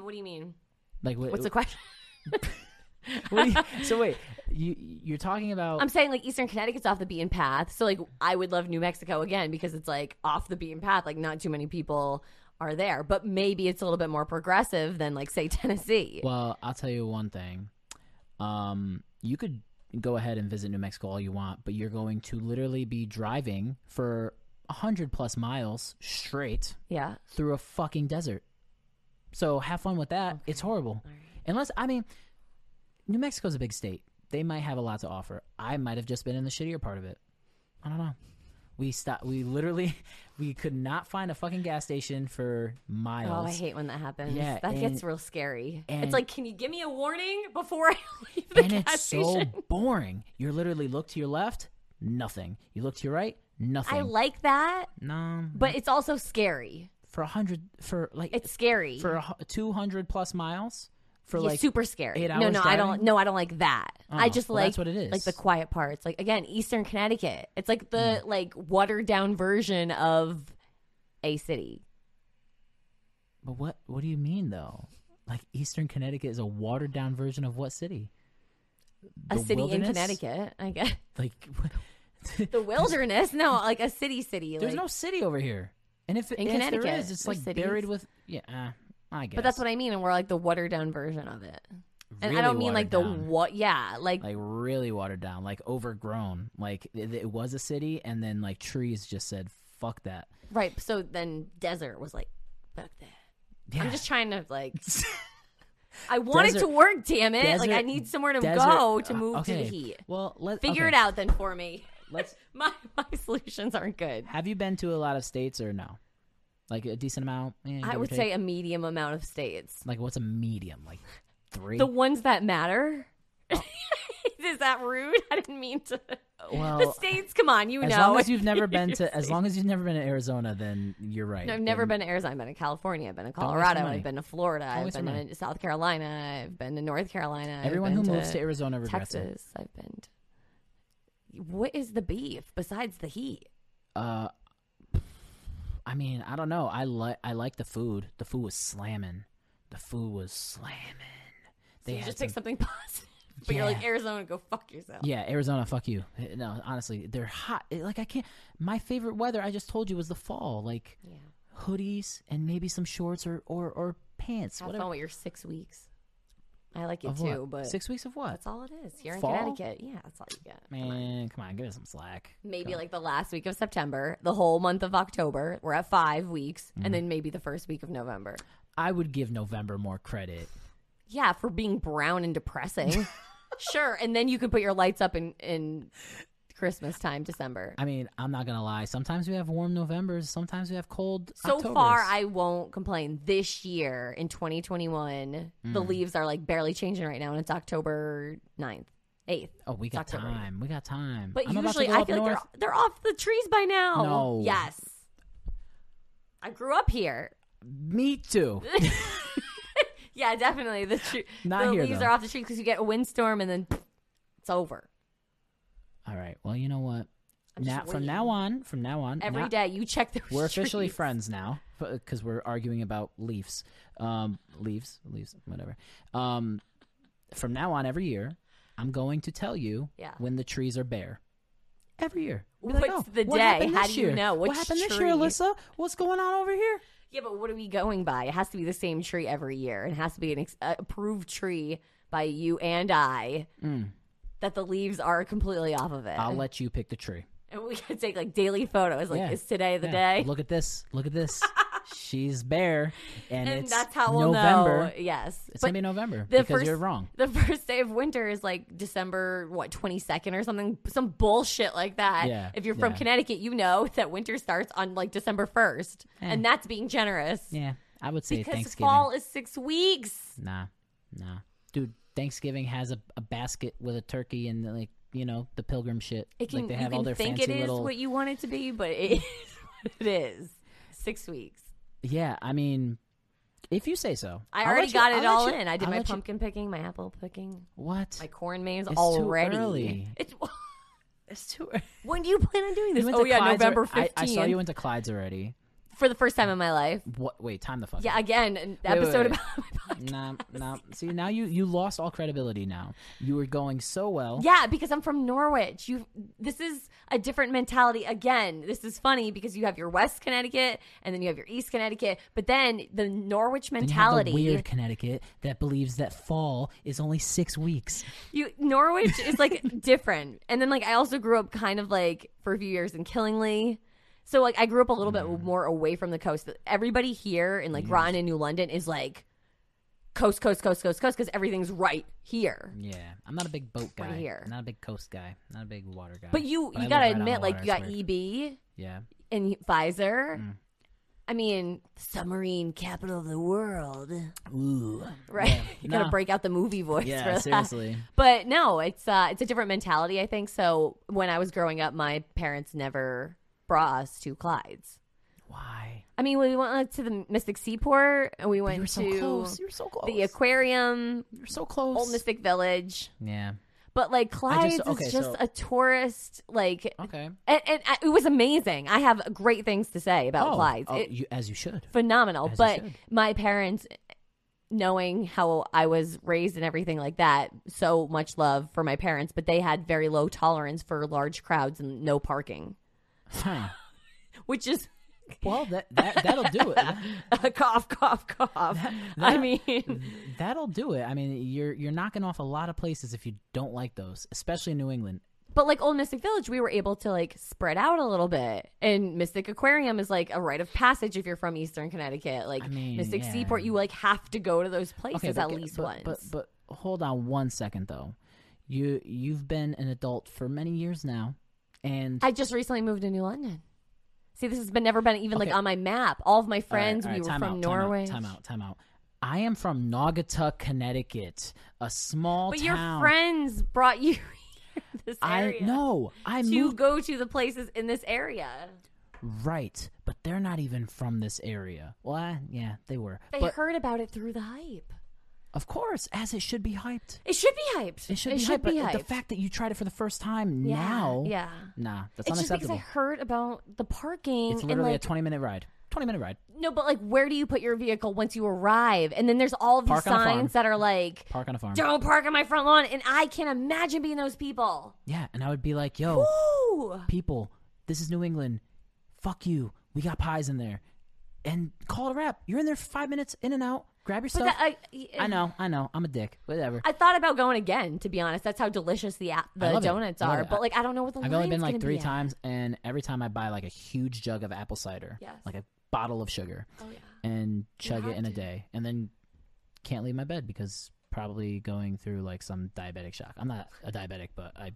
B: what do you mean?
A: Like what?
B: What's the question?
A: what do you- so wait, you you're talking about?
B: I'm saying like Eastern Connecticut's off the beaten path. So like I would love New Mexico again because it's like off the beaten path. Like not too many people are there, but maybe it's a little bit more progressive than like say Tennessee.
A: well, I'll tell you one thing. Um, you could go ahead and visit New Mexico all you want, but you're going to literally be driving for hundred plus miles straight
B: yeah.
A: through a fucking desert. So have fun with that. It's horrible. Unless I mean, New Mexico's a big state. They might have a lot to offer. I might have just been in the shittier part of it. I don't know. We stopped. We literally we could not find a fucking gas station for
B: Oh,
A: miles.
B: I hate when that happens.
A: Yeah,
B: that gets
A: and-
B: real scary.
A: and-
B: it's like, can you give me a warning before I leave the
A: and
B: gas
A: it's so
B: station?
A: boring. You literally look to your left, nothing. You look to your right, nothing.
B: I like that,
A: no,
B: but it's also scary.
A: for a hundred for like
B: It's scary.
A: for two hundred plus miles for
B: Yeah,
A: like
B: super scary.
A: eight
B: no,
A: hours
B: no, I don't.
A: driving?
B: No, I don't like that. I
A: Oh,
B: just
A: well,
B: like
A: that's what it is.
B: Like the quiet parts. Like again, Eastern Connecticut. It's like
A: Mm.
B: the like watered down version of a city.
A: But what what do you mean though? Like Eastern Connecticut is a watered down version of what city?
B: A
A: The
B: city
A: wilderness?
B: in Connecticut. I guess
A: Like what?
B: the wilderness. no, like a city. City.
A: there's
B: like-
A: no city over here. And if,
B: In
A: and if there
B: Connecticut,
A: is, it's
B: there's
A: like buried
B: cities.
A: with yeah. Uh, I guess.
B: But that's what I mean, and we're like the watered down version of it. And I
A: Really
B: don't mean like the
A: watered down.
B: what. Yeah, like
A: like really watered down, like overgrown. Like it, it was a city, and then like trees just said fuck that.
B: Right. So then desert was like, fuck that. I'm
A: Yeah.
B: just trying to like. I want it to
A: Desert-
B: work, damn it! like I
A: desert-
B: need somewhere to
A: desert-
B: go to
A: uh,
B: move to
A: okay.
B: the heat.
A: Well, let's
B: Figure it out then for me.
A: Let's.
B: My my solutions aren't good.
A: Have you been to a lot of states or no? Like a decent amount. eh, give
B: I
A: or
B: would
A: take?
B: say a medium amount of states.
A: Like what's a medium? Like three. Oh.
B: The ones that matter. Is that rude? I didn't mean to. the
A: well,
B: states. Come on, you
A: Oh. as
B: know.
A: long as you've never been
B: Your
A: to, as
B: states.
A: long as you've never been to Arizona, then you're right.
B: I've never
A: Then-
B: been to Arizona. I've been to California. I've been to
A: waste your
B: Colorado.
A: money.
B: I've been to Florida.
A: Don't
B: I've
A: waste your
B: been
A: money.
B: to South Carolina. I've been to North Carolina. I've
A: Everyone who
B: been
A: moves to Arizona regrets it.
B: Texas. I've been. To... What is the beef besides the heat?
A: Uh, I mean, I don't know. I like I like the food. The food was slamming. The food was slamming.
B: So
A: They
B: you
A: had
B: just pick
A: some-
B: something positive, but you're like
A: Yeah.
B: Arizona. Go fuck yourself.
A: Yeah, Arizona, fuck you. Eh, No, honestly, they're hot. Eh, Like I can't. My favorite weather, I just told you, was the fall. Like
B: Yeah.
A: hoodies and maybe some shorts or or, or pants.
B: Have
A: whatever.
B: fun with your six weeks. I like it
A: Of what?
B: too, but
A: six weeks of what?
B: that's all it is. You're in
A: Fall?
B: Connecticut. Yeah, that's all you get. Come on.
A: Man, come on, give it some slack.
B: Maybe
A: Go.
B: like the last week of September, the whole month of October. We're at five weeks,
A: Mm-hmm.
B: and then maybe the first week of November.
A: I would give November more credit.
B: Yeah, for being brown and depressing. sure. And then you can put your lights up in, in Christmas time, December.
A: I mean, I'm not gonna lie. Sometimes we have warm Novembers. Sometimes we have cold.
B: So far,
A: Octobers.
B: I won't complain. This year in 2021,
A: Hmm.
B: the leaves are like barely changing right now, and it's October 9th, 8th.
A: Oh, we got
B: October.
A: time. We got time.
B: But
A: I'm about to
B: usually,
A: go
B: I
A: up
B: feel like
A: north.
B: they're, they're off the trees by now.
A: No.
B: Yes. I grew up here.
A: Me too.
B: Yeah, definitely. The, tre-
A: Not
B: the
A: here,
B: leaves
A: though.
B: are off the trees because you get a windstorm, and then it's over.
A: All right. Well, you know what?
B: I'm just
A: Now, from now on, from now on,
B: Every
A: now-
B: day you check the
A: we're officially
B: trees.
A: friends now because we're arguing about leaves, um, leaves, leaves, whatever. Um, from now on, every year, I'm going to tell you
B: Yeah.
A: when the trees are bare. Every year. Be "Oh,
B: What's the
A: what
B: day?
A: happened
B: How
A: this
B: do you
A: year?
B: know?
A: What
B: Which
A: happened this year,
B: tree?"
A: Alyssa? What's going on over here?
B: Yeah, but what are we going by? It has to be the same tree every year. It has to be an ex- uh, approved tree by you and I that the leaves are completely off of it.
A: Mm. I'll let you pick the tree.
B: and we could take like daily photos. Like,
A: Yeah.
B: is today the
A: Yeah.
B: day?
A: Look at this. Look at this. She's bare, and,
B: and
A: it's
B: that's how we'll
A: November.
B: know. Yes,
A: It's
B: But
A: gonna be November
B: the
A: because
B: first-
A: you're wrong.
B: The first day of winter is like December what twenty second or something, some bullshit like that.
A: Yeah,
B: if you're from
A: yeah.
B: Connecticut, you know that winter starts on like December first, and that's being generous
A: Yeah, I would say
B: because
A: Thanksgiving.
B: fall is six weeks.
A: Nah, nah, dude. Thanksgiving has a, a basket with a turkey and like you know the pilgrim shit.
B: It can,
A: like they
B: you
A: have all
B: can
A: their
B: think
A: fancy
B: it is
A: little.
B: what you want it to be, but it is what it is. Six weeks.
A: Yeah, I mean, if you say so.
B: I
A: I'll let
B: already
A: you-
B: got
A: I'll
B: it
A: let
B: all
A: you-
B: in. I did
A: I'll
B: my
A: let you-
B: pumpkin picking, my apple picking,
A: What?
B: my corn maze
A: It's too
B: already.
A: early.
B: It's
A: it's too. early.
B: when do you plan on doing
A: You
B: this?
A: went
B: Oh
A: to
B: yeah,
A: Clyde's
B: November
A: alre-
B: fifteenth
A: I, I saw you went to Clyde's already.
B: for the first time in my life.
A: What? Wait, time the fuck.
B: Yeah,
A: up.
B: again, an
A: wait, wait.
B: episode about.
A: Nah, nah. See, now you you lost all credibility. Now you were going so well.
B: Yeah, because I'm from Norwich. You, this is a different mentality. Again, this is funny because you have your West Connecticut and then you have your East Connecticut, but then the Norwich
A: Then you have the
B: mentality.
A: weird Connecticut that believes that fall is only six weeks.
B: You Norwich is like different. And then like I also grew up kind of like for a few years in Killingly. So like I grew up a little
A: Mm.
B: bit more away from the coast. Everybody here in like Groton and New London is like coast, coast, coast, coast, coast, because everything's right here.
A: Yeah, I'm not a big boat guy.
B: Right here.
A: Not a big coast guy. Not a big water guy.
B: But
A: I
B: you you
A: live
B: gotta
A: right on the
B: admit, like
A: water,
B: you
A: I
B: got
A: swear.
B: EB
A: yeah.
B: and Pfizer.
A: Mm.
B: I mean, submarine capital of the world,
A: Ooh.
B: right? you gotta
A: Nah.
B: break out the movie voice. for
A: Yeah.
B: that.
A: Seriously.
B: But no, it's uh, it's a different mentality, I think. So when I was growing up, my parents never brought us to Clyde's.
A: Why?
B: I mean, we went uh, to the Mystic Seaport, and we
A: But
B: went
A: you were so
B: to
A: close. You were so close.
B: the aquarium,
A: you were so close.
B: Old Mystic Village.
A: yeah.
B: But like Clyde's
A: okay,
B: is just
A: so-
B: a tourist, like,
A: Okay.
B: and, and I, it was amazing. I have great things to say about Clyde's.
A: oh,
B: It-
A: you, as you should.
B: phenomenal.
A: As you
B: but
A: should.
B: my parents, knowing how I was raised and everything like that, so much love for my parents, but they had very low tolerance for large crowds and no parking,
A: Huh.
B: which is
A: Well, that, that that'll do it.
B: cough, cough, cough. I
A: mm-hmm.
B: mean,
A: That'll do it. I mean, you're you're knocking off a lot of places if you don't like those, especially in New England.
B: but like Old Mystic Village, we were able to like spread out a little bit. And Mystic Aquarium is like a rite of passage if you're from Eastern Connecticut. Like
A: I mean,
B: Mystic
A: yeah.
B: Seaport, you like have to go to those places
A: but,
B: at
A: g-
B: least
A: but,
B: once.
A: But but hold on one second though. You you've been an adult for many years now, and
B: I just recently moved to New London. See, this has been never been even like
A: Okay.
B: on my map. All of my friends,
A: All right, all right, time
B: we were from
A: out, time out,
B: Norway.
A: Time out, time out. I am from Naugatuck, Connecticut, a small
B: But your
A: town.
B: friends brought you here to this
A: I
B: area.
A: no, I
B: to
A: moved
B: go to the places in this area.
A: right, but they're not even from this area. Well, I, yeah, they were,
B: They
A: but
B: heard about it through the hype.
A: of course, as it should be hyped.
B: It should be hyped.
A: It should be hyped. but the fact that you tried it for the first time
B: Yeah,
A: now,
B: yeah.
A: nah, that's
B: It's just because I
A: unacceptable.
B: heard about the parking
A: It's
B: and
A: literally
B: like
A: a twenty-minute ride. Twenty-minute ride.
B: no, but like where do you put your vehicle once you arrive? And then there's all of these
A: Park on a farm.
B: signs that are like,
A: Park on a farm.
B: "Don't park on my front lawn," and I can't imagine being those people.
A: Yeah, and I would be like, yo,
B: Ooh,
A: people, this is New England. Fuck you. We got pies in there. And call it a wrap. You're in there for five minutes, in and out. Grab your
B: but
A: stuff.
B: that, I,
A: I know, I know. I'm a dick. Whatever.
B: I thought about going again. To be honest, that's how delicious the a-
A: I
B: the
A: love it.
B: donuts
A: I love
B: are.
A: it.
B: But like, I don't know what the
A: I've only
B: line's
A: been
B: gonna
A: like three
B: be at.
A: times, and every time I buy like a huge jug of apple cider,
B: Yes.
A: like a bottle of sugar,
B: Oh, yeah.
A: and chug
B: have
A: it in a
B: to.
A: day, and then can't leave my bed because probably going through like some diabetic shock. I'm not a diabetic, but I,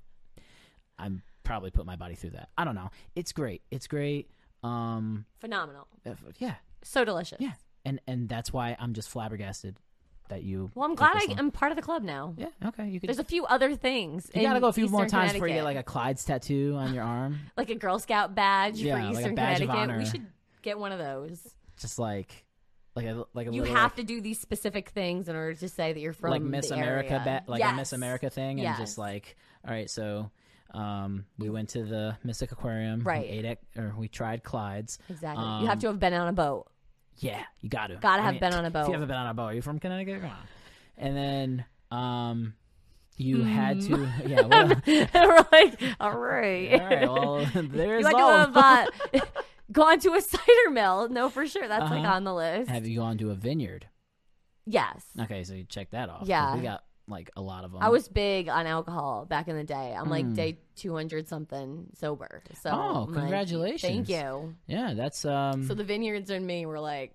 A: I'm probably put my body through that. I don't know. It's great. It's great. Um,
B: Phenomenal,
A: if- yeah,
B: so delicious.
A: yeah, and and that's why I'm just flabbergasted that you.
B: Well, I'm
A: took
B: glad
A: this
B: I,
A: long.
B: I'm part of the club now.
A: Yeah. Okay. You could.
B: There's a few other things.
A: you gotta
B: in
A: go a few more
B: Eastern
A: times before you get like
B: Connecticut.
A: a Clyde's tattoo on your arm.
B: like a Girl Scout badge
A: Yeah,
B: for
A: like a
B: Eastern
A: badge of
B: Connecticut. We
A: honor.
B: should get one of those.
A: just like like a like a
B: You
A: little,
B: have
A: like,
B: to do these specific things in order to say that you're from
A: like Miss
B: the
A: America
B: area.
A: ba- like a
B: Yes.
A: Miss America thing and
B: Yes.
A: just like all right so um we went to the Mystic Aquarium
B: Right.
A: we ate at or we tried Clyde's
B: Exactly. you
A: Um,
B: have to have been on a boat.
A: yeah you got to
B: Gotta have been on a
A: if
B: boat.
A: you haven't been on a boat are you from Connecticut come on and then um you had to
B: Mm-hmm.
A: yeah well,
B: We're like, all right.
A: all right well there's
B: you had
A: all
B: to have uh, gone to a cider mill. No, for sure. That's like
A: Uh-huh.
B: on the list.
A: have you gone to a vineyard
B: yes.
A: okay so you check that off 'cause
B: Yeah.
A: we got like a lot of them
B: I was big on alcohol back in the day. I'm like day 200 something sober. So
A: Hmm. Oh,
B: I'm like,
A: congratulations.
B: thank you.
A: yeah that's um
B: So the vineyards and me were like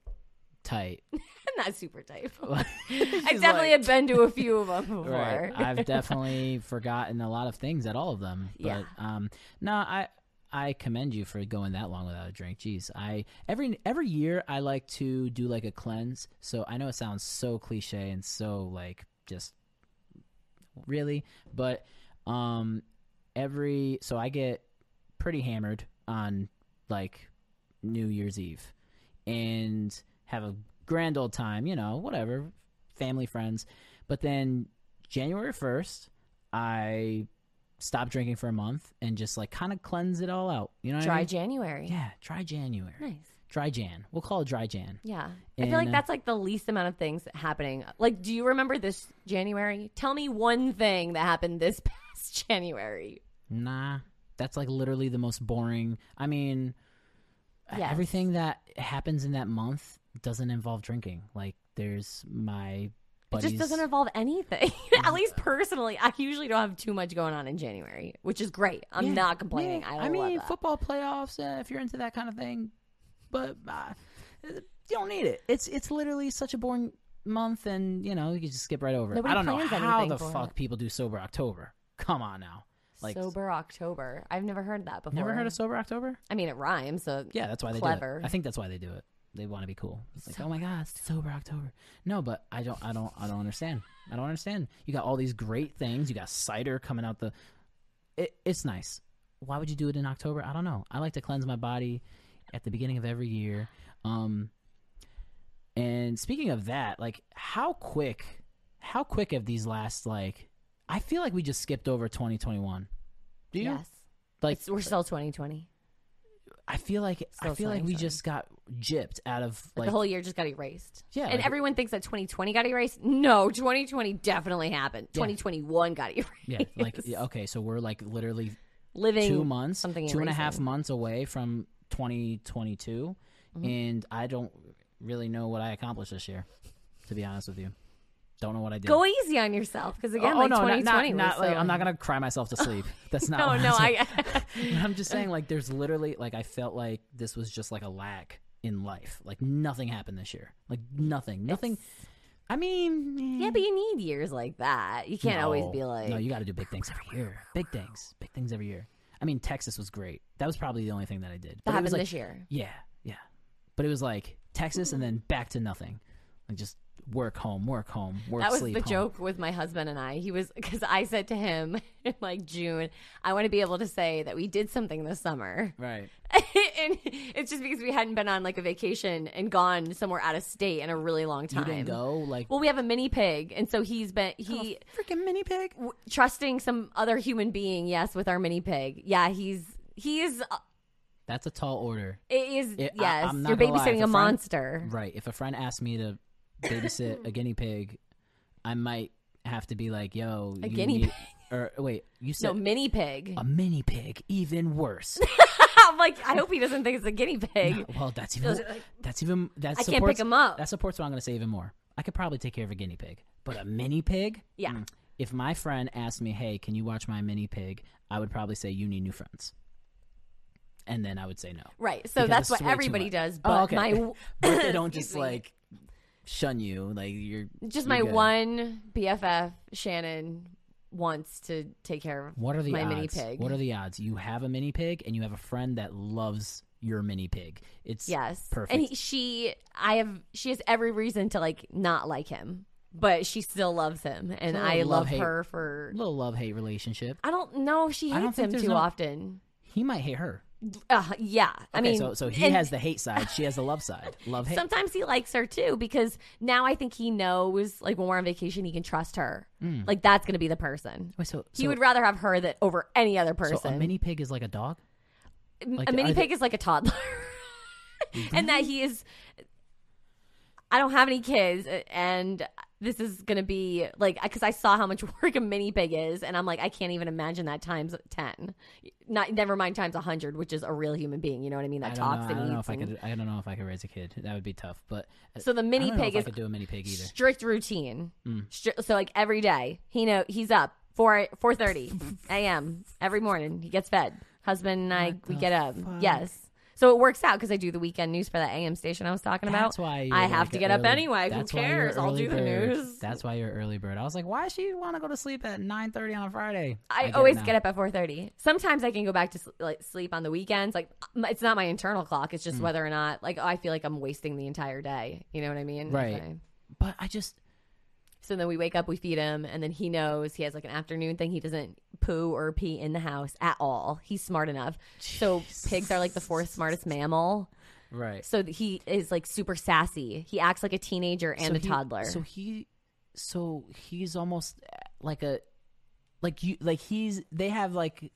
A: tight
B: not super tight. I definitely have been to a few of them before.
A: Right. I've definitely forgotten a lot of things at all of them. But
B: Yeah.
A: um no, I I commend you for going that long without a drink. Jeez. I every every year I like to do like a cleanse. So I know it sounds so cliche and so like just really, but um every so I get pretty hammered on like New Year's Eve and have a grand old time, you know, whatever, family, friends. But then January 1st, I stopped drinking for a month and just like kind of cleanse it all out. You know what I
B: Dry
A: mean?
B: January.
A: Yeah, dry January.
B: Nice.
A: Dry Jan. We'll call it dry Jan.
B: Yeah. I feel like
A: And- uh,
B: that's like the least amount of things happening. Like, do you remember this January? Tell me one thing that happened this past January.
A: Nah, that's like literally the most boring. I mean,
B: Yes.
A: everything that happens in that month doesn't involve drinking. Like, there's my buddies.
B: It just doesn't involve anything. At least personally, I usually don't have too much going on in January, which is great. I'm
A: Yeah,
B: not complaining.
A: yeah.
B: I, love
A: mean,
B: that.
A: football playoffs. Uh, if you're into that kind of thing, but uh, you don't need it. It's it's literally such a boring month, and you know you just skip right over. it.
B: Nobody
A: I don't know
B: plans
A: how
B: anything
A: the
B: for
A: fuck
B: it.
A: people do sober October. Come on now, like
B: sober October. I've never heard that before.
A: never heard of sober October?
B: I mean, it rhymes. So
A: Yeah, that's why they
B: clever.
A: do it. I think that's why they do it. They want to be cool. It's like, oh my god, it's sober October. No, but I don't, I don't, I don't understand. I don't understand. You got all these great things. You got cider coming out the. It, it's nice. Why would you do it in October? I don't know. I like to cleanse my body at the beginning of every year. Um, and speaking of that, like how quick, how quick have these last like? I feel like we just skipped over 2021. Do you?
B: yes,
A: Like uh,
B: it's, we're still 2020.
A: I feel like I
B: Still
A: feel like we
B: 2020.
A: just got gypped out of
B: Like,
A: like,
B: the whole year just got erased.
A: Yeah,
B: and
A: like-
B: everyone thinks that 2020 got erased. No, 2020 definitely happened. 2021 got erased.
A: yeah like yeah, okay so we're like literally
B: Living
A: two months
B: something
A: two and a half
B: erasing.
A: months away from 2022
B: Mm-hmm.
A: and I don't really know what I accomplished this year to be honest with you don't know what I did
B: Go easy on yourself because again,
A: oh,
B: like
A: no, not, not,
B: 2020 was
A: not, like,
B: so-
A: I'm not gonna cry myself to sleep that's not
B: No,
A: what
B: no,
A: I'm saying.
B: I.
A: I'm just saying like there's literally like I felt like this was just like a lack in life like nothing happened this year like nothing nothing I mean
B: yeah, but you need years like that. You can't always
A: No.
B: be like.
A: no you got to do big things every year big things big things every year I mean, Texas was great. That was probably the only thing that I did.
B: That
A: But it
B: happened
A: was like,
B: this year.
A: Yeah, yeah. But it was like Texas and then back to nothing. Like just work home, work home, work
B: That was
A: sleep.
B: the
A: home.
B: joke with my husband and I. He was because I said to him in like June, I want to be able to say that we did something this summer.
A: Right.
B: and it's just because we hadn't been on like a vacation and gone somewhere out of state in a really long
A: You
B: time.
A: didn't go like
B: Well, we have a mini pig, and so he's been he
A: freaking mini pig.
B: w- trusting some other human being. Yes, with our mini pig. Yeah, he's he is. uh,
A: That's a tall order.
B: It is
A: It- I-
B: yes.
A: I'm not
B: You're
A: gonna lie, if
B: babysitting a
A: a friend-
B: monster.
A: Right. If a friend asked me to babysit a guinea pig, I might have to be like, "Yo,
B: A
A: you
B: guinea
A: need-
B: pig?
A: Or wait, you
B: No,
A: said
B: mini pig.
A: a mini pig, even worse.
B: I'm like, I hope he doesn't think it's a guinea pig.
A: well, that's even that's even that
B: I can't pick
A: supports-
B: 'em up.
A: That supports what I'm going to say even more. I could probably take care of a guinea pig, but a mini pig.
B: Yeah.
A: Mm. If my friend asked me, "Hey, can you watch my mini pig?" I would probably say, "You need new friends," and then I would say no.
B: Right. So
A: Because
B: that's
A: it's
B: what
A: way too
B: everybody
A: much.
B: does.
A: Oh,
B: But
A: okay.
B: my
A: But they don't
B: Excuse
A: just
B: me.
A: like shun you. Like you're
B: just
A: you're
B: my
A: good.
B: one BFF Shannon wants to take care of
A: What are the
B: my
A: odds?
B: mini pig.
A: What are the odds? You have a mini pig and you have a friend that loves your mini pig. It's
B: yes.
A: perfect.
B: And he, she I have she has every reason to like not like him, but she still loves him and
A: It's a
B: I
A: little
B: love
A: love-hate.
B: her for
A: little love hate relationship.
B: I don't know if she
A: I don't
B: hates
A: think
B: him
A: there's
B: too
A: no-
B: often.
A: He might hate her.
B: Uh, yeah. I
A: Okay,
B: mean
A: so so he
B: and-
A: has the hate side. She has the love side. Love hate.
B: Sometimes he likes her too because now I think he knows like when we're on vacation he can trust her.
A: Hmm.
B: Like that's going to be the person.
A: Wait, so,
B: He
A: so-
B: would rather have her that over any other
A: so
B: person.
A: a mini pig is like a dog. like,
B: a mini
A: are they-
B: pig is like a toddler, and that he is. I don't have any kids, uh, and this is gonna be like because I saw how much work a mini pig is, and I'm like I can't even imagine that times ten. Not never mind times hundred, which is a real human being. You know what I mean? That
A: I don't
B: talks
A: know. I
B: and
A: don't know
B: eats.
A: if I
B: and-
A: could. I don't know if I could raise a kid. That would be tough. But uh,
B: So the
A: I
B: mini
A: don't know
B: pig
A: if
B: is
A: I could do a mini pig either. Mm.
B: strict routine. Stri- so like every day, he know he's up four four thirty a.m. every morning. He gets fed. Husband and I we get up. Yes. So it works out because I do the weekend news for that AM station I was talking about.
A: That's why you're
B: I have
A: like
B: to
A: a
B: get up
A: early-
B: anyway. Who
A: that's why you're
B: cares? I'll
A: early
B: do the
A: bird.
B: news.
A: That's why you're an early bird. I was like, why does she want to go to sleep at nine thirty on a Friday?
B: I,
A: get it
B: always
A: now.
B: get up at four thirty. Sometimes I can go back to sl- like sleep on the weekends. Like m- it's not my internal clock.
A: Mm.
B: It's just whether or not like oh, I feel like I'm wasting the entire day. You know what I mean?
A: Right.
B: Okay.
A: But I just
B: So then we wake up, we feed him, and then he knows he has like an afternoon thing. He doesn't poo or pee in the house at all. He's smart enough. So pigs are like the fourth smartest mammal.
A: right.
B: So th- he is like super sassy. He acts like a teenager and
A: So
B: a
A: he-
B: toddler.
A: So he, so he's almost uh, like a, like you, like he's. They have like,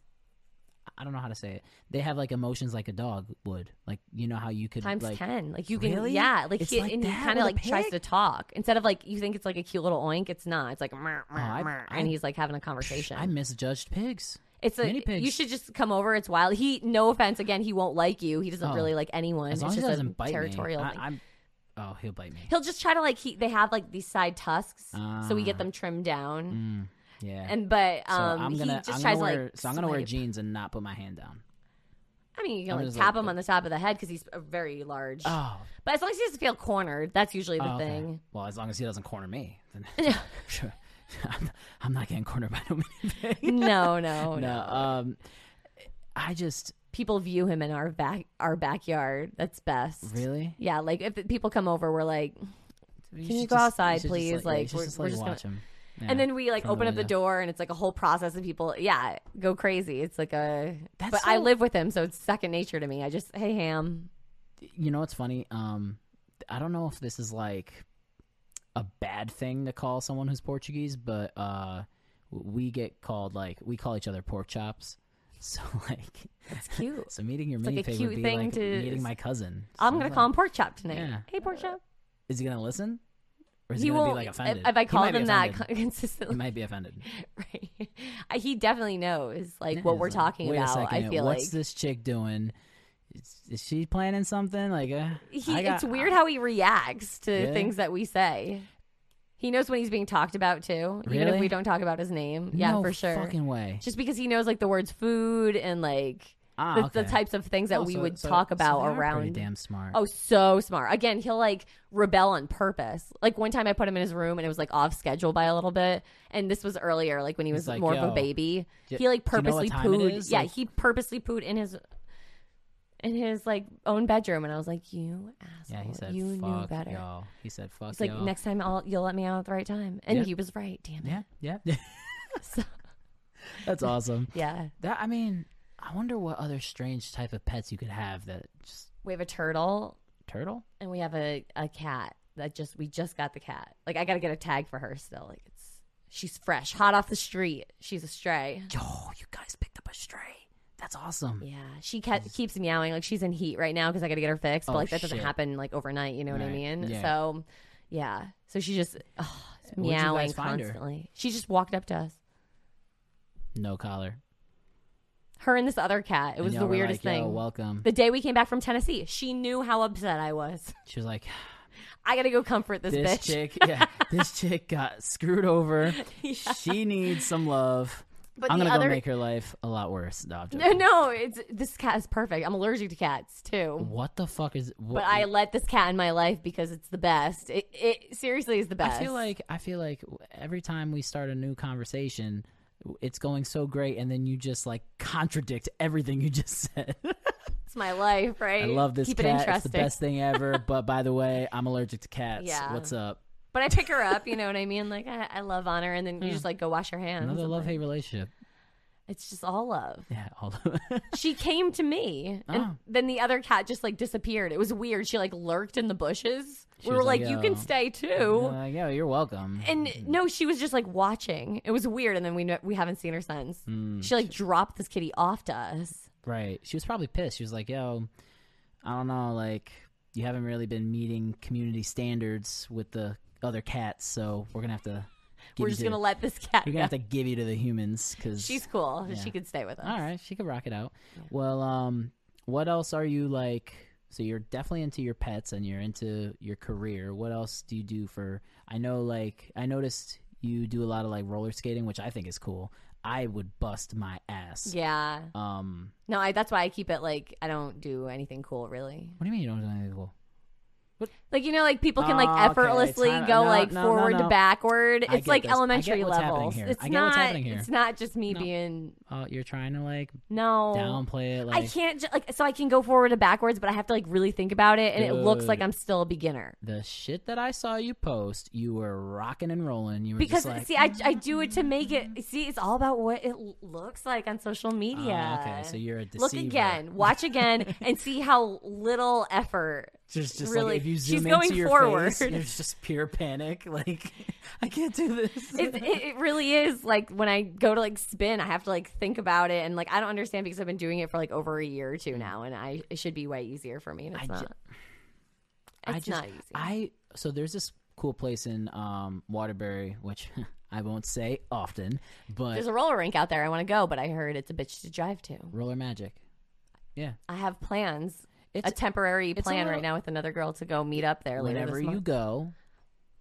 A: I don't know how to say it. They have like emotions like a dog would. Like you know how you could
B: Times
A: like,
B: ten, like you can,
A: Really?
B: yeah, like
A: It's
B: he
A: like
B: and he
A: that
B: kind of
A: with a
B: like tries
A: pig?
B: to talk instead of like you think it's like a cute little oink. It's not. It's like "Meow, meow,
A: Oh, I-
B: meow,"
A: I-
B: and he's like having a conversation.
A: I misjudged pigs.
B: it's a
A: mini pigs.
B: you should just come over. It's wild. He no offense again. He won't like you. He doesn't
A: Oh.
B: really like anyone.
A: As long as
B: it's
A: he
B: just a
A: doesn't bite
B: territorial
A: me,
B: thing.
A: I, am Oh, he'll bite me.
B: He'll just try to like he they have like these side tusks, so we get
A: Ah.
B: them trimmed down.
A: Mm, yeah.
B: And but
A: so
B: um,
A: I'm
B: he
A: gonna.
B: just
A: I'm
B: tries
A: gonna wear,
B: to like.
A: so I'm gonna wear
B: swipe.
A: jeans and not put my hand down.
B: I mean, you can
A: I'm
B: like
A: just
B: tap
A: like-
B: him on the top of the head because he's a very large.
A: Oh,
B: but as long as he doesn't feel cornered, that's usually the
A: Oh, okay.
B: thing.
A: Well, as long as he doesn't corner me, then sure. I'm- I'm not getting cornered by no anything.
B: no,
A: No,
B: no, no.
A: um, I just
B: People view him in our back our backyard. That's best.
A: really.
B: Yeah, like if people come over, we're like,
A: You
B: Can you
A: should
B: go
A: just-
B: outside,
A: should just,
B: please?
A: yeah, you
B: Like,
A: should
B: we're-
A: just,
B: we're
A: like,
B: just gonna-
A: watch him. Yeah.
B: and then we like
A: from the
B: open up the
A: window.
B: door, and it's like a whole process, and people, yeah, go crazy. It's like a.
A: That's
B: but I
A: so-
B: live with him, so it's second nature to me. I just, hey, ham.
A: you know what's funny? Um, I don't know if this is like a bad thing to call someone who's Portuguese, but uh, we get called like we call each other pork chops. So like,
B: It's cute.
A: so meeting your
B: It's like
A: mini
B: a
A: pig
B: cute
A: would be
B: thing
A: like
B: to-
A: meeting my cousin.
B: I'm
A: So,
B: gonna
A: like,
B: call him pork chop tonight.
A: Yeah.
B: Hey, pork chop.
A: Is he gonna listen? Or is he, gonna
B: won't.
A: be like offended?
B: If, if I
A: He might
B: call
A: be
B: him that
A: offended.
B: con- consistently,
A: he might be offended.
B: right? I- he definitely knows like what
A: He's
B: we're
A: like,
B: talking
A: Wait
B: about.
A: A second,
B: I feel
A: what's
B: like
A: this chick doing? Is, is she planning something? Like, uh,
B: he.
A: I got-
B: it's weird how he reacts to
A: Yeah.
B: things that we say. He knows when he's being talked about too, even if
A: Really?
B: we don't talk about his name. Yeah,
A: no
B: for sure.
A: Fucking way.
B: Just because he knows like the words food and like
A: Ah,
B: the, the
A: okay.
B: types of things that
A: Oh,
B: we
A: so-
B: would
A: so-
B: talk
A: so
B: about
A: they are Pretty
B: around
A: damn smart.
B: Oh, so smart. Again, he'll like rebel on purpose. Like one time I put him in his room and it was like off schedule by a little bit. And this was earlier, like when he was
A: like,
B: more of a
A: "Yo,
B: baby.
A: d-
B: He like
A: do you know what
B: purposely
A: time it
B: pooed.
A: is?"
B: Yeah,
A: Like-
B: he purposely pooed in his in his like own bedroom and I was like, You asshole.
A: yeah, he said.
B: you knew
A: fuck
B: better.
A: y'all. He said, "Fuck
B: It's like
A: y'all."
B: next time I'll you'll let me out at the right time. And
A: Yeah.
B: he was right, damn it.
A: Yeah, yeah. That's awesome.
B: Yeah.
A: That I mean, I wonder what other strange type of pets you could have that just
B: We have a turtle
A: turtle.
B: and we have a, a cat that just we just got the cat. Like I gotta get a tag for her still. Like it's she's fresh, hot off the street. She's a stray.
A: Yo, you guys picked up a stray. That's awesome.
B: Yeah, she kept, keeps meowing like she's in heat right now because I gotta get her fixed. But
A: Oh,
B: like that doesn't
A: shit.
B: happen like overnight. You know what I
A: Right,
B: mean?
A: yeah.
B: So yeah, so she just oh,
A: you guys
B: meowing
A: find her?
B: constantly. She just walked up to us.
A: No collar.
B: Her and this other cat. It
A: And
B: was
A: y'all
B: the
A: were
B: weirdest
A: like, "Yo,
B: thing.
A: welcome.
B: the day we came back from Tennessee, she knew how upset I was.
A: She was like,
B: I gotta go comfort this,
A: "This
B: bitch.
A: chick, yeah, this chick got screwed over. She needs some love.
B: But
A: I'm
B: the
A: gonna
B: other-
A: go make her life a lot worse." No, I'm
B: No,
A: joking.
B: no, it's this cat is perfect. I'm allergic to cats too.
A: What the fuck is? What,
B: But I let this cat in my life because it's the best. It, it seriously is the best.
A: I feel like I feel like every time we start a new conversation, it's going so great, and then you just like contradict everything you just said.
B: it's my life, right?
A: I love this
B: Keep it
A: cat. It's the
B: interesting.
A: best thing ever. but by the way, I'm allergic to cats.
B: Yeah.
A: What's up?
B: But I pick her up, you know what I mean? Like I, I love on her, and then you just like go wash your hands.
A: Another
B: I'm
A: love
B: like,
A: hate relationship.
B: It's just all love.
A: Yeah. All
B: She came to me, and
A: Oh.
B: then the other cat just like disappeared. It was weird. She like lurked in the bushes.
A: She
B: we were
A: was
B: like,
A: like,
B: "You can
A: "Yo."
B: stay
A: You're
B: too."
A: like, yo, you're welcome.
B: And no, she was just like watching. It was weird, and then we kn- we haven't seen her since.
A: Hmm.
B: She like dropped this kitty off to us.
A: right. She was probably pissed. She was like, yo, I don't know, like you haven't really been meeting community standards with the other cats, so we're gonna have to. Give
B: We're
A: you
B: just
A: to-
B: gonna let this cat.
A: We're
B: go.
A: gonna have to give you to the humans because
B: She's cool.
A: Yeah.
B: She could stay with us.
A: All right, she could rock it out. Well, um, what else are you like? So you're definitely into your pets and you're into your career. What else do you do for? I know, like, I noticed you do a lot of like roller skating, which I think is cool. I would bust my ass.
B: Yeah.
A: Um,
B: No, I, that's why I keep it like I don't do anything cool really.
A: what do you mean you don't do anything cool?
B: Like you know, like people can
A: Oh,
B: like
A: okay.
B: effortlessly
A: Time-
B: go
A: no,
B: like
A: no, no,
B: forward to
A: no.
B: backward.
A: I get
B: It's like
A: this. I get
B: elementary
A: what's happening
B: levels.
A: here.
B: It's
A: I get
B: not.
A: what's happening here.
B: It's not just me
A: No.
B: being
A: Oh, you're trying to like
B: no.
A: downplay it. Like,
B: Oh, I can't ju- like so I can go forward to backwards, but I have to like really think about it, and it looks
A: Dude.
B: like I'm still a beginner.
A: The shit that I saw you post, you were rocking and rolling. You were
B: Because
A: just like,
B: see, I, I do it to make it. See, it's all about what it l- looks like on social media.
A: Ah, okay, so you're a
B: look
A: deceiver.
B: again, watch again, and see how little effort.
A: Just, just
B: Really,
A: like if you
B: she's
A: zoom into
B: going
A: your
B: forward.
A: face, you're just pure panic. Like, I can't do this.
B: It, it, it really is like when I go to like spin, I have to like think about it, and like I don't understand because I've been doing it for like over a year or two now, and I it should be way easier for me, and it's
A: Mm. I ju-
B: not.
A: I
B: it's
A: just,
B: not easy.
A: I so there's this cool place in um, Waterbury, which I won't say often, but
B: There's a roller rink out there I want to go, but I heard it's a bitch to drive to.
A: roller magic. Yeah,
B: I have plans.
A: It's-
B: a temporary
A: it's a
B: plan right
A: little-
B: now with another girl to go meet up there later
A: whenever
B: this
A: you
B: month.
A: go,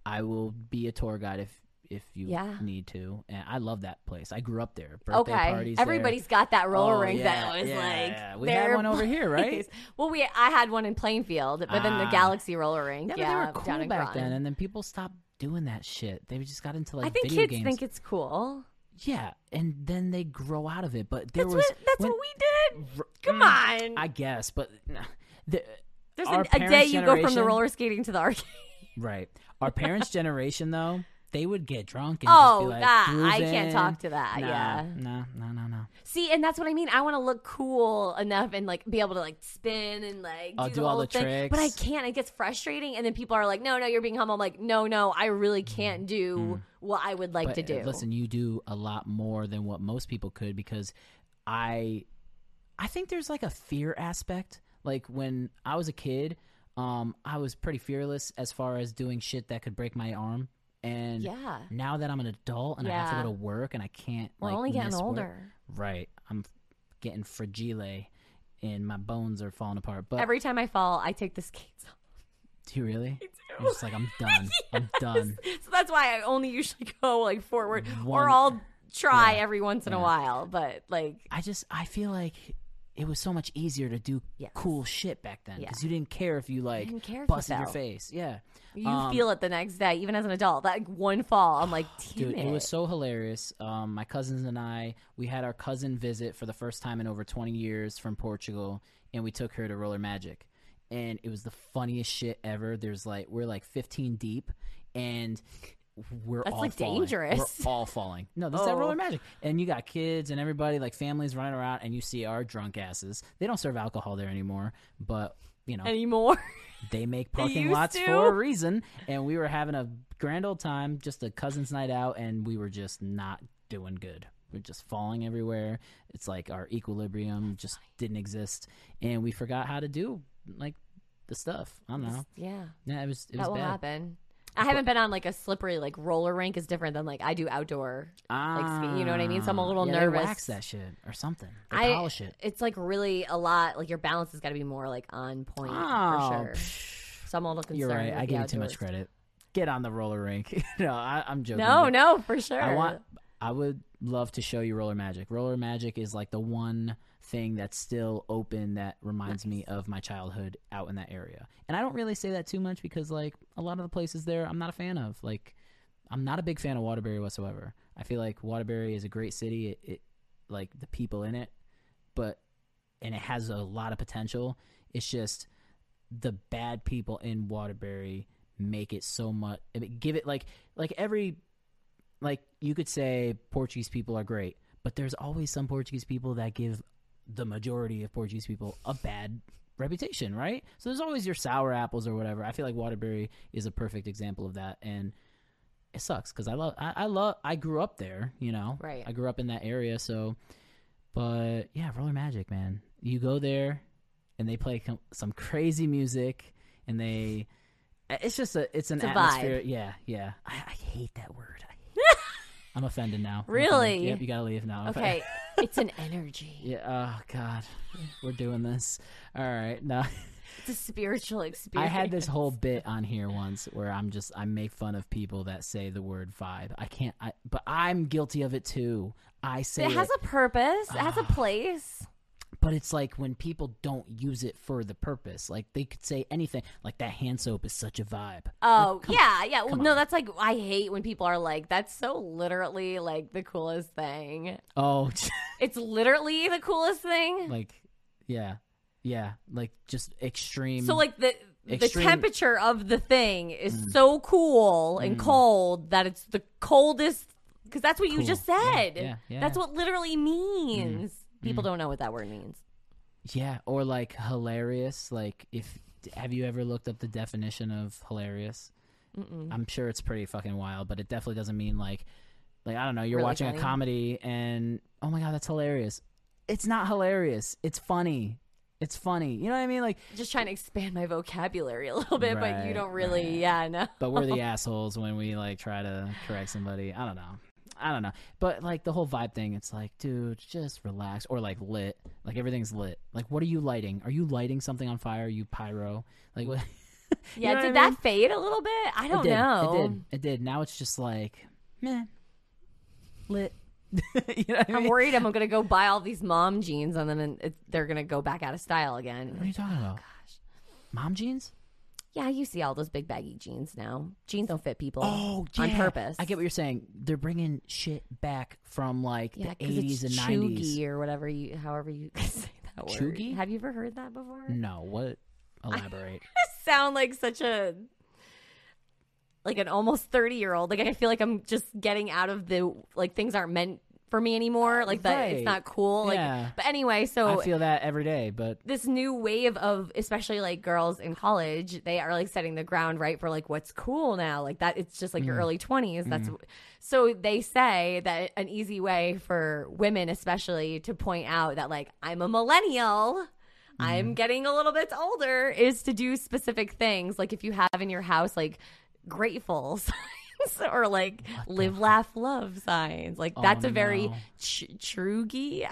A: I will be a tour guide if if you
B: Yeah.
A: need to. And I love that place. I grew up there. Birthday
B: Okay,
A: parties. there.
B: everybody's got that roller
A: Oh,
B: rink that
A: yeah,
B: was
A: yeah,
B: like
A: yeah. We had
B: their
A: one over here, right?
B: place. Well, we I had one in Plainfield, but then the
A: Ah.
B: Galaxy roller rink,
A: Yeah,
B: yeah,
A: but they were cool
B: down in
A: back
B: Groton.
A: then, and then people stopped doing that shit. They just got into like
B: I think
A: video
B: kids
A: games.
B: think it's cool.
A: yeah, and then they grow out of it. But there
B: That's
A: was
B: what that's
A: when-
B: what we did.
A: R-
B: Come
A: mm,
B: on.
A: I guess, but nah, the,
B: There's
A: our
B: an, a day
A: parents'
B: you go from the
A: generation-
B: roller skating to the arcade.
A: right. Our parents' generation though, they would get drunk and just
B: Oh,
A: be like,
B: that I can't
A: "Cruising."
B: talk to that.
A: Nah,
B: Yeah.
A: no, no, no, no.
B: See, and that's what I mean. I want to look cool enough and like be able to like spin and like
A: Oh,
B: do,
A: do
B: the
A: all
B: whole
A: the
B: thing. But I
A: tricks.
B: can't. It gets frustrating, and then people are like, "No, no, you're being humble." I'm like, "No, no, I really can't do what I would like
A: Mm. But
B: to do."
A: uh, listen, you do a lot more than what most people could because I, I think there's like a fear aspect. Like when I was a kid, um, I was pretty fearless as far as doing shit that could break my arm. And
B: yeah,
A: now that I'm an adult and I have to
B: Yeah.
A: go to work and I can't,
B: we're
A: like,
B: only getting
A: miss work-
B: older.
A: Right. I'm f- getting fragile and my bones are falling apart. But
B: Every time I fall, I take the skates off.
A: do you really? I'm just like, I'm done. I'm done.
B: So that's why I only usually go like forward, or
A: One-
B: I'll try every once in a
A: yeah.
B: while. But like,
A: I just, I feel like it was so much easier to do
B: Yes.
A: cool shit back then
B: Yeah.
A: because you didn't care if you like
B: didn't care if you
A: busted your
B: fell.
A: face. Yeah,
B: You
A: Um,
B: feel it the next day, even as an adult. That like, one fall, I'm like, damn
A: Dude, it was so hilarious. Um, my cousins and I, we had our cousin visit for the first time in over 20 years from Portugal, and we took her to Roller Magic. And it was the funniest shit ever. There's like, we're like 15 deep, and we're
B: That's,
A: all
B: like,
A: falling.
B: dangerous.
A: We're all falling. No, this is at
B: Oh.
A: Roller Magic. And you got kids and everybody, like families running around, and you see our drunk asses. They don't serve alcohol there anymore, but, you know,
B: anymore.
A: they make parking
B: used
A: lots
B: to?
A: for a reason and we were having a grand old time just a cousins night out and we were just not doing good we're just falling everywhere it's like our equilibrium just didn't exist and we forgot how to do like the stuff i don't know
B: yeah.
A: yeah it was it was
B: That will
A: bad
B: happen. I haven't been on like a slippery like roller rink is different than like I do outdoor. Like, ski- you know what I mean? So I'm a
A: Ah,
B: little
A: yeah,
B: nervous.
A: they wax that shit or something they
B: I
A: polish it
B: It's like really a lot. Like your balance has got to be more like on point
A: Oh,
B: for sure. So I'm a little concerned.
A: you're right
B: with
A: i
B: the
A: gave you too much
B: outdoors.
A: credit get on the roller rink no I, i'm joking
B: No,
A: but-
B: no, for sure.
A: I want. I would love to show you roller magic. Roller magic is like the one thing that's still open that reminds me of my childhood out in that area. And I don't really say that too much because like a lot of the places there, I'm not a fan of. Like, I'm not a big fan of Waterbury whatsoever. I feel like Waterbury is a great city. It, it like the people in it, but and it has a lot of potential. It's just the bad people in Waterbury make it so much. I mean, give it like like every like you could say Portuguese people are great, but there's always some Portuguese people that give the majority of Portuguese people a bad reputation, right? So there's always your sour apples or whatever. I feel like Waterbury is a perfect example of that, and it sucks because I love I, I love I grew up there, you know,
B: Right.
A: I grew up in that area, so. But yeah, roller magic, man. You go there, and they play com- some crazy music, and they. It's just a. It's an
B: It's a vibe.
A: atmosphere. Yeah, yeah. I, I hate that word. I I'm offended now. I'm
B: Really?
A: offended. Yep, you gotta leave now.
B: Okay, it's an energy.
A: Yeah. Oh God, we're doing this. All right. No,
B: It's a spiritual
A: I
B: experience.
A: had this whole bit on here once where I'm just I make fun of people that say the word vibe. I can't. I but I'm guilty of it too. I say
B: It has
A: it,
B: a purpose. It has a place.
A: but it's like when people don't use it for the purpose. Like they could say anything. Like that hand soap is such a vibe.
B: Oh yeah, yeah. Well, no, that's like I hate when people are like, "That's so literally like the coolest thing."
A: Oh,
B: It's literally the coolest thing.
A: like yeah, yeah. Like just extreme.
B: So like the
A: Extreme- Mm.
B: the temperature of the thing is so cool and cold that it's the coldest because that's what you
A: Cool.
B: just
A: Yeah,
B: said.
A: yeah, Mm. yeah.
B: That's what literally means. People don't know what that word means.
A: Yeah, or like hilarious. Like, if have you ever looked up the definition of hilarious? I'm sure it's pretty fucking wild, but it definitely doesn't mean like, like I don't know. You're
B: Really
A: watching
B: funny?
A: a comedy and oh my god, that's hilarious. It's not hilarious. It's funny. It's funny. You know what I mean? Like,
B: Just trying to expand my vocabulary a little bit, but you
A: Right,
B: don't really, yeah, no.
A: but we're the assholes when we like try to correct somebody. I don't know. I don't know. But like the whole vibe thing, it's like, dude, just relax. Or like lit. Like everything's lit. Like, what are you lighting? Are you lighting something on fire? Are you pyro? Like, what?
B: Yeah,
A: know what
B: did
A: I
B: that
A: mean?
B: fade a little bit? I don't
A: it did.
B: know.
A: It did. It did. Now it's just like, man, lit. you know what I
B: I'm
A: mean?
B: worried I'm going to go buy all these mom jeans and then it, they're going to go back out of style
A: What are
B: again.
A: you talking about? Mom jeans?
B: Yeah, you see all those big baggy jeans now. Jeans don't fit people
A: Oh,
B: Oh, on
A: yeah.
B: purpose.
A: I get what you're saying. They're bringing shit back from like
B: Yeah,
A: the
B: 'cause
A: 80s
B: it's
A: and 90s.
B: chuggy or whatever you, however you say that word.
A: Chuggy?
B: Have you ever heard that before?
A: No, what? Elaborate.
B: Sound like such a like an almost thirty year old. Like I feel like I'm just getting out of the like things aren't meant for me anymore. Like that it's
A: Right.
B: not cool. Like,
A: Yeah.
B: but anyway, so
A: I feel that every day, but
B: this new wave of especially like girls in college they are like setting the ground right for like what's cool now like that it's just like your early 20s that's so they say that an easy way for women especially to point out that like i'm a millennial i'm getting a little bit older is to do specific things like if you have in your house like grateful signs or like live laugh love signs like that's a very
A: no.
B: ch- chuggy i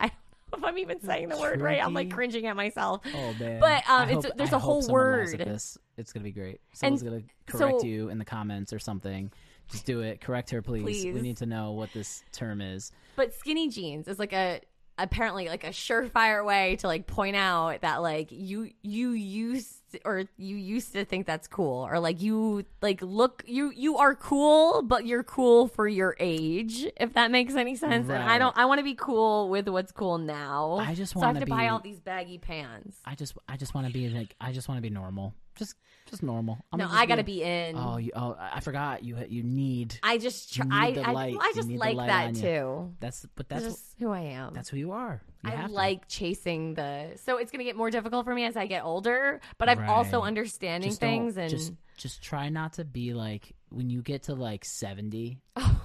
B: don't know if i'm even saying the word right i'm like
A: Chuggy?
B: cringing at myself.
A: oh man.
B: But
A: I
B: um, it's,
A: hope-
B: there's
A: I
B: a whole
A: hope someone laughs at
B: word.
A: This. It's gonna be great. Someone's gonna correct
B: so-
A: you in the comments or something. Just do it. Correct her, please.
B: Please.
A: We need to know what this term is.
B: But skinny jeans is like a apparently like a surefire way to like point out that like you you used or you used to think that's cool or like you like look you you are cool but you're cool for your age if that makes any sense and i
A: Right.
B: don't i want to be cool with what's cool now
A: I just
B: so i have
A: wanna
B: to buy
A: be-
B: all these baggy pants
A: I just I just want to be like I just want to be normal. Just just normal. I'm
B: no
A: gonna just
B: i gotta
A: a-
B: be in
A: Oh, you, oh, I I forgot you you need.
B: i just tr-
A: you need
B: i
A: the
B: I,
A: light.
B: well, I
A: You
B: just
A: need the
B: like
A: light
B: that
A: on you.
B: too
A: That's but
B: that's
A: that's
B: just who i am
A: that's who you are. You
B: I
A: have to.
B: like chasing the. So it's going to get more difficult for me as I get older, but I'm also
A: Right.
B: understanding
A: Just don't-
B: things and.
A: just just try not to be like when you get to like 70,
B: oh,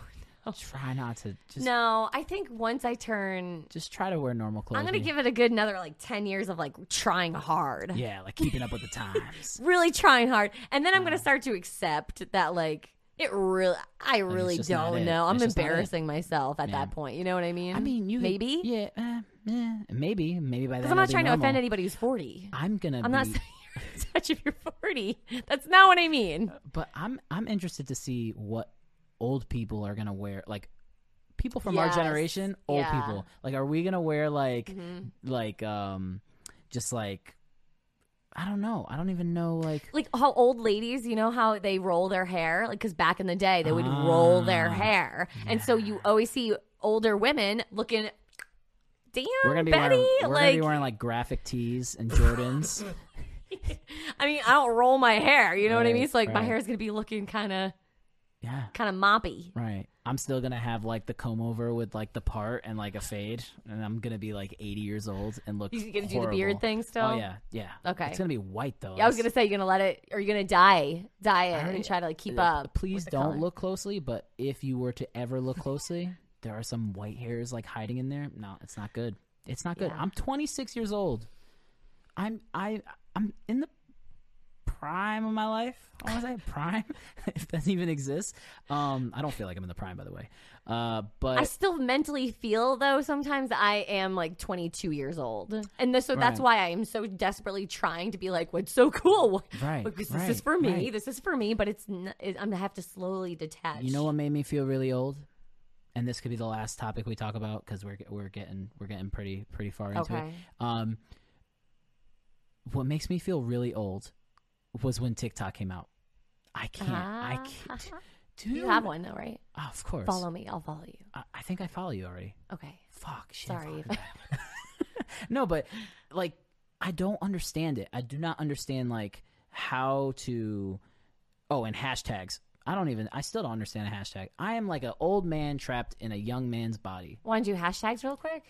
B: no.
A: try not to just
B: no, I think once I turn.
A: just try to wear normal clothes.
B: I'm going to
A: when you-
B: give it a good another like 10 years of like trying hard.
A: Yeah, like keeping up with the times.
B: Really trying hard. And then I'm going to start to accept that like. It really, I really
A: just not
B: don't
A: it.
B: know. I'm
A: It's just not it.
B: embarrassing myself at that point. You know what I mean?
A: I mean, you
B: maybe because
A: Yeah, eh, eh, maybe maybe by then
B: I'm
A: it'll
B: not
A: be
B: trying to offend
A: normal.
B: anybody who's 40.
A: I'm gonna.
B: I'm not
A: be-
B: saying you're such if you're 40. That's not what I mean.
A: but I'm I'm interested to see what old people are gonna wear. Like people from
B: Yes.
A: our generation, old
B: Yeah. Mm-hmm.
A: people. Like, are we gonna wear like like um just like I don't know. I don't even know like
B: like how old ladies, you know how they roll their hair? Like, because back in the day, they would roll their
A: Ah,
B: hair. And so you always see older women looking, damn,
A: we're gonna be
B: Betty.
A: wearing we're
B: like,
A: gonna be wearing like graphic tees and Jordans.
B: I mean, I don't roll my hair. You know what I mean?
A: Right,
B: So, like, my
A: right.
B: hair is going to be looking kind of,
A: yeah.
B: kind of moppy.
A: Right. I'm still gonna have like the comb over with like the part and like a fade, and I'm gonna be like 80 years old and look.
B: You gonna do the
A: horrible.
B: beard thing still?
A: Oh yeah, yeah.
B: Okay.
A: It's gonna be white though.
B: Yeah, I was
A: It's-
B: gonna say you're gonna let it, or you're gonna dye, dye it, and try to like keep
A: Uh,
B: up.
A: Please
B: with the
A: don't
B: color.
A: look closely, but if you were to ever look closely, there are some white hairs like hiding in there. No, it's not good. It's not good.
B: Yeah.
A: I'm 26 years old. I'm I I'm in the prime of my life. I want to say prime, if that even exists. Um, I don't feel like I'm in the prime, by the way. Uh, but
B: I still mentally feel though sometimes that I am like 22 years old, and this, so that's
A: Right.
B: why I am so desperately trying to be like, "What's so cool?
A: Right,
B: Because this is
A: right,
B: for me.
A: right.
B: This is for me." But it's n it, I'm gonna have to slowly detach.
A: You know what made me feel really old? And this could be the last topic we talk about because we're we're getting we're getting pretty pretty far into
B: Okay.
A: it. Um, what makes me feel really old was when TikTok came out. I can't. I can't. Dude,
B: Ah. Uh-huh. You have one though, right?
A: Oh, of course.
B: Follow me. I'll follow you.
A: I, I think I follow you already.
B: Okay.
A: Fuck. Shit, I
B: Sorry.
A: follow no, but like I don't understand it. I do not understand like how to Oh, and hashtags. I don't even I still don't understand a hashtag. I am like an old man trapped in a young man's body.
B: Want to do hashtags real quick?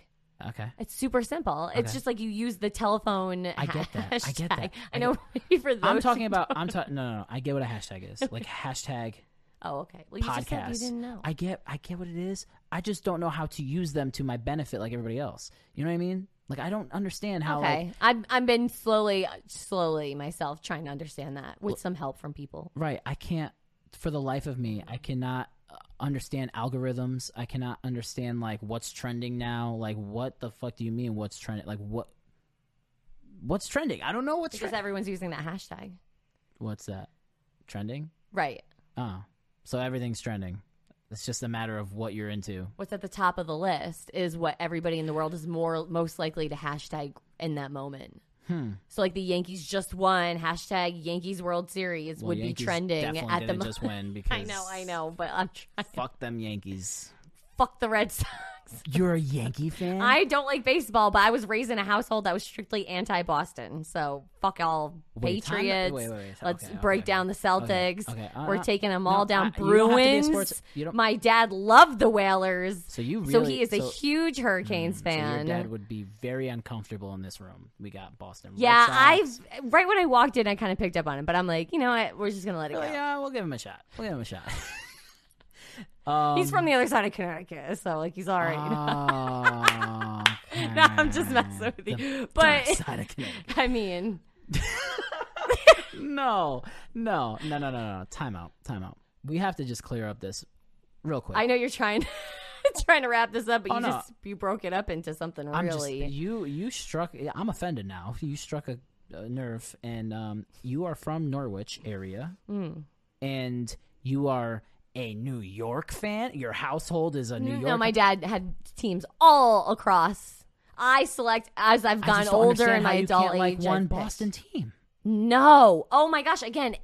A: Okay.
B: It's super simple. It's
A: Okay.
B: just like you use the telephone.
A: I get that. I get that.
B: hashtag. I
A: I
B: know for those.
A: I'm talking
B: who
A: about
B: don't-
A: I'm talking no, no no I get what a hashtag is. Like hashtag
B: Oh, okay. Well, you just said you
A: podcast.
B: didn't know.
A: I get I get what it is. I just don't know how to use them to my benefit like everybody else. You know what I mean? Like I don't understand how like,
B: Okay, I've I've been slowly, slowly myself trying to understand that with some help from people.
A: Right. I can't, for the life of me, I cannot uh, understand algorithms. I cannot understand like what's trending now. Like, what the fuck do you mean? What's trending? Like, what? What's trending? I don't know what's
B: Because
A: trending.
B: everyone's using that hashtag,
A: What's that? Trending?
B: right?
A: Oh, so everything's trending. It's just a matter of what you're into.
B: What's at the top of the list is what everybody in the world is more most likely to hashtag in that moment.
A: Hmm.
B: So, like the Yankees just won, hashtag Yankees World Series
A: Well,
B: would be
A: Yankees
B: trending
A: definitely
B: at the
A: didn't
B: moment.
A: just win
B: I
A: because
B: know, I know, but I'm trying.
A: Fuck them Yankees.
B: Fuck the Red Sox.
A: You're a Yankee fan.
B: I don't like baseball, but I was raised in a household that was strictly anti-Boston. So fuck all
A: Wait, time-
B: Patriots.
A: wait, wait, wait.
B: Let's
A: Okay,
B: break
A: okay.
B: down the Celtics.
A: okay. Uh,
B: We're
A: uh,
B: taking them
A: no,
B: all
A: I-
B: down.
A: you don't have to be a
B: Bruins.
A: sports- you don't-
B: My dad loved the Whalers.
A: So you
B: so
A: really-
B: he is
A: so-
B: a huge Hurricanes
A: Mm, So
B: fan.
A: your dad would be very uncomfortable in this room. We got Boston. Red
B: yeah,
A: Sox.
B: I've right when I walked in, I kind of picked up on it, but I'm like, you know what? We're just gonna let it go.
A: Well, Oh, yeah, "Ah, we'll give him a shot. We'll give him a shot.
B: He's from the other side of Connecticut, so like he's all right. you know?
A: Oh,
B: No, I'm just messing with you. But-
A: side of Connecticut.
B: I mean,
A: no, no, no, no, no, no. Time out. Time out. We have to just clear up this real quick.
B: I know you're trying trying to wrap this up, but
A: Oh,
B: you
A: no.
B: just you broke it up into something
A: I'm
B: really.
A: just you. You struck. I'm offended now. You struck a, a nerve, and um, you are from Norwich area,
B: Hmm.
A: and you are a New
B: Mm,
A: York fan. Your household is a New York.
B: No, my dad had teams all across I select as I've
A: I
B: gotten
A: just don't
B: older in
A: understand
B: my
A: how you
B: adult
A: can't
B: age.
A: like
B: I've
A: one
B: picked-
A: Boston team.
B: No. Oh my gosh. Again.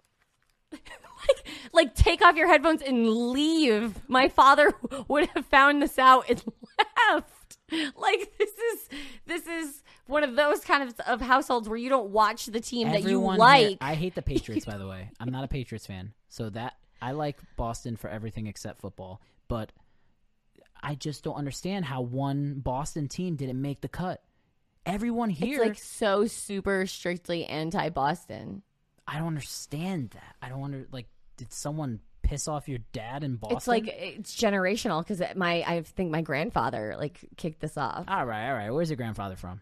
B: like, like, take off your headphones and leave. My father would have found this out and left. Like this is this is one of those kind of, of households where you don't watch the team
A: Everyone
B: that you
A: here-
B: like.
A: I hate the Patriots, by the way. I'm not a Patriots fan, so that I like Boston for everything except football. But I just don't understand how one Boston team didn't make the cut. Everyone here,
B: It's like so super strictly anti Boston.
A: I don't understand that. I don't under like. Did someone piss off your dad in Boston?
B: It's like it's generational because my I think my grandfather like kicked this off.
A: all right, all right. Where's your grandfather from?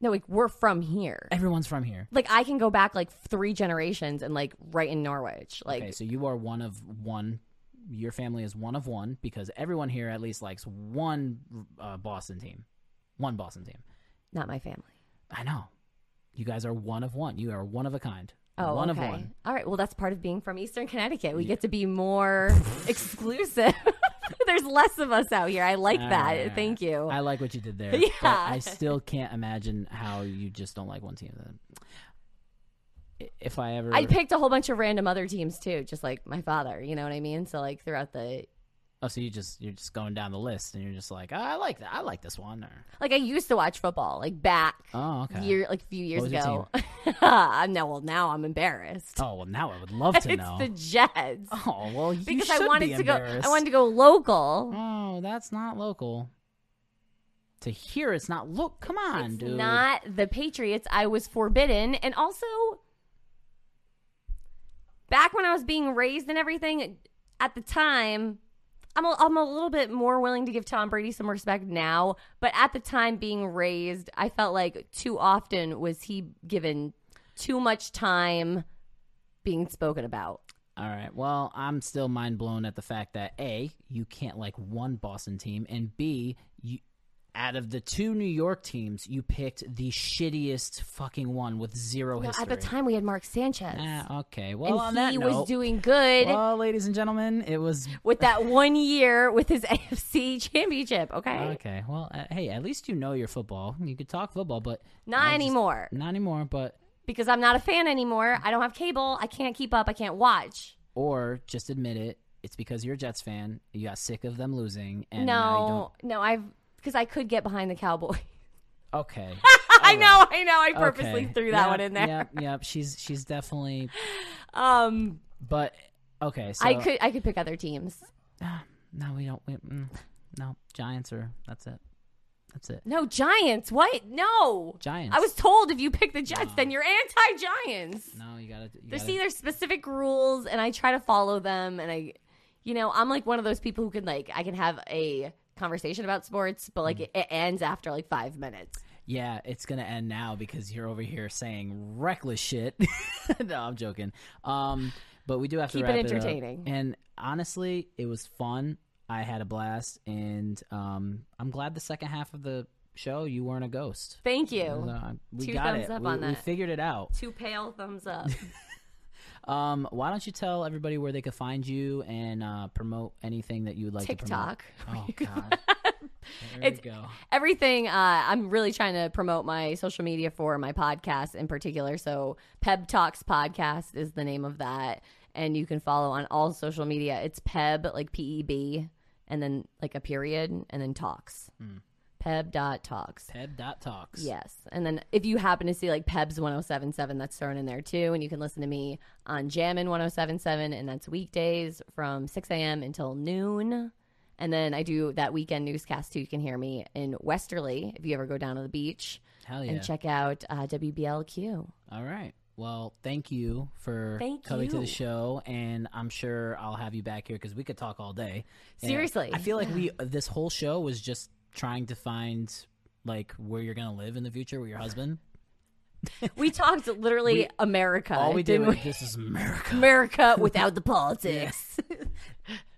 B: No, like we're from here.
A: Everyone's from here.
B: Like I can go back like three generations and like right in Norwich. Like
A: okay, so you are one of one. Your family is one of one because everyone here at least likes one uh, Boston team, one Boston team.
B: not my family.
A: I know. You guys are one of one. You are one of a kind.
B: Oh,
A: One of
B: okay.
A: one.
B: All right. Well, that's part of being from Eastern Connecticut. We get to be more exclusive. There's less of us out here. I like
A: All
B: that.
A: right, all right.
B: Thank you.
A: I like what you did there.
B: Yeah.
A: But I still can't imagine how you just don't like one team. I- If I ever,
B: I picked a whole bunch of random other teams too, just like my father. You know what I mean? So like throughout the
A: oh, so you just you're just going down the list and you're just like, oh, I like that. I like this one. Or,
B: like I used to watch football like back
A: oh, okay.
B: year like a few years
A: was your
B: ago. I'm now well now I'm embarrassed.
A: oh well, now I would love to
B: it's
A: know.
B: the Jets
A: oh well, you
B: because
A: should
B: I
A: be
B: wanted to go. I
A: embarrassed.
B: wanted to go local.
A: Oh, that's not local. To hear it's not look. Come on,
B: it's
A: dude.
B: not the Patriots. I was forbidden, and also back when I was being raised and everything, at the time, I'm a, I'm a little bit more willing to give Tom Brady some respect now. But at the time, being raised, I felt like too often was he given too much time being spoken about.
A: All right. Well, I'm still mind blown at the fact that A, you can't like one Boston team, and B, you out of the two New York teams, you picked the shittiest fucking one with zero
B: No,
A: Oh, history.
B: at the time, we had Mark Sanchez,
A: Ah, okay. Well, on
B: and
A: that
B: he
A: note-
B: was doing good.
A: Well, ladies and gentlemen, it was
B: with that one year with his AFC championship, okay?
A: okay. Well, uh, hey, at least you know your football. You could talk football, but
B: Not
A: I just-
B: anymore.
A: not anymore. But
B: because I'm not a fan anymore. I don't have cable. I can't keep up. I can't watch.
A: or just admit it. It's because you're a Jets fan. You got sick of them losing, and now you
B: no, no, I've because I could get behind the Cowboys.
A: don't. Okay.
B: I know, I know. I purposely
A: Oh, Okay.
B: threw that
A: Yep,
B: one in there.
A: Yep, yep. She's she's definitely.
B: Um,
A: But okay, so
B: I could, I could pick other teams.
A: No, we don't. We, mm, no, Giants are. That's it. That's it.
B: No Giants. What? No
A: Giants.
B: I was told if you pick the Jets, then you're anti-Giants.
A: No, you gotta. You
B: There's
A: gotta-
B: either specific rules, and I try to follow them, and I, you know, I'm like one of those people who can like I can have a conversation about sports, but
A: Mm.
B: like it, it ends after like five minutes.
A: yeah, it's gonna end now because you're over here saying reckless shit. no, I'm joking. Um, but we do have
B: Keep
A: to
B: it
A: wrap up.
B: entertaining.
A: And honestly, it was fun. I had a blast, and um, I'm glad the second half of the show you weren't a ghost.
B: Thank you.
A: Uh, we
B: Two
A: got
B: thumbs
A: it.
B: up
A: we,
B: on
A: we
B: that.
A: figured it out.
B: Two pale thumbs up.
A: Um, why don't you tell everybody where they could find you and uh, promote anything that you would like
B: TikTok.
A: to promote? Oh God, there
B: It's-
A: we go.
B: Everything. Uh, I'm really trying to promote my social media for my podcast in particular. So Peb Talks Podcast is the name of that, and you can follow on all social media. It's Peb, like P E B, and then like a period, and then Talks. Peb dot Talks.
A: Ted dot talks.
B: Yes. And then if you happen to see like Pebs 1077, that's thrown in there too. And you can listen to me on Jammin 1077, and that's weekdays from 6 a.m. until noon. And then I do that weekend newscast too. You can hear me in Westerly if you ever go down to the beach
A: Hell yeah.
B: and check out uh, WBLQ.
A: All right. Well, thank you for
B: Thank
A: coming to the
B: you.
A: show, and I'm sure I'll have you back here because we could talk all day. And
B: Seriously.
A: I feel like we this whole show was just trying to find like where you're gonna live in the future with your husband.
B: We talked literally
A: We-
B: America.
A: All we did
B: Uh,
A: was
B: didn't we?
A: this is America.
B: America without the politics.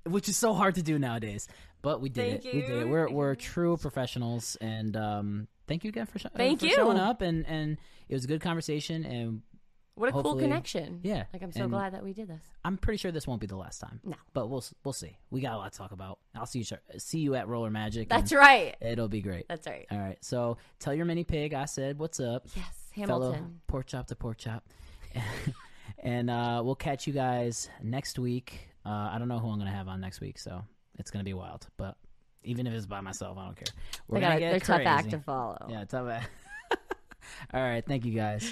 A: which is so hard to do nowadays. But we did
B: Thank
A: it. We did
B: you.
A: it. We're we're true professionals, and um, thank you again for, sho-
B: Thank
A: for
B: you.
A: showing up. And and it was a good conversation, and
B: What a cool
A: Hopefully-
B: connection.
A: yeah,
B: Like, I'm so
A: and-
B: glad that we did this.
A: I'm pretty sure this won't be the last time.
B: No.
A: but we'll s- we'll see. We got a lot to talk about. I'll see you sure- see you at Roller Magic.
B: That's
A: and
B: right.
A: It'll be great.
B: That's right.
A: All right. So tell your mini pig I said what's up.
B: Yes,
A: fellow
B: Hamilton.
A: pork chop to pork chop. and uh, we'll catch you guys next week. Uh, I don't know who I'm going to have on next week, so it's going to be wild. But even if it's by myself, I don't care. We're
B: They
A: gonna
B: got a-
A: get
B: they're tough act
A: crazy.
B: to follow.
A: Yeah, tough act. All right. Thank you guys.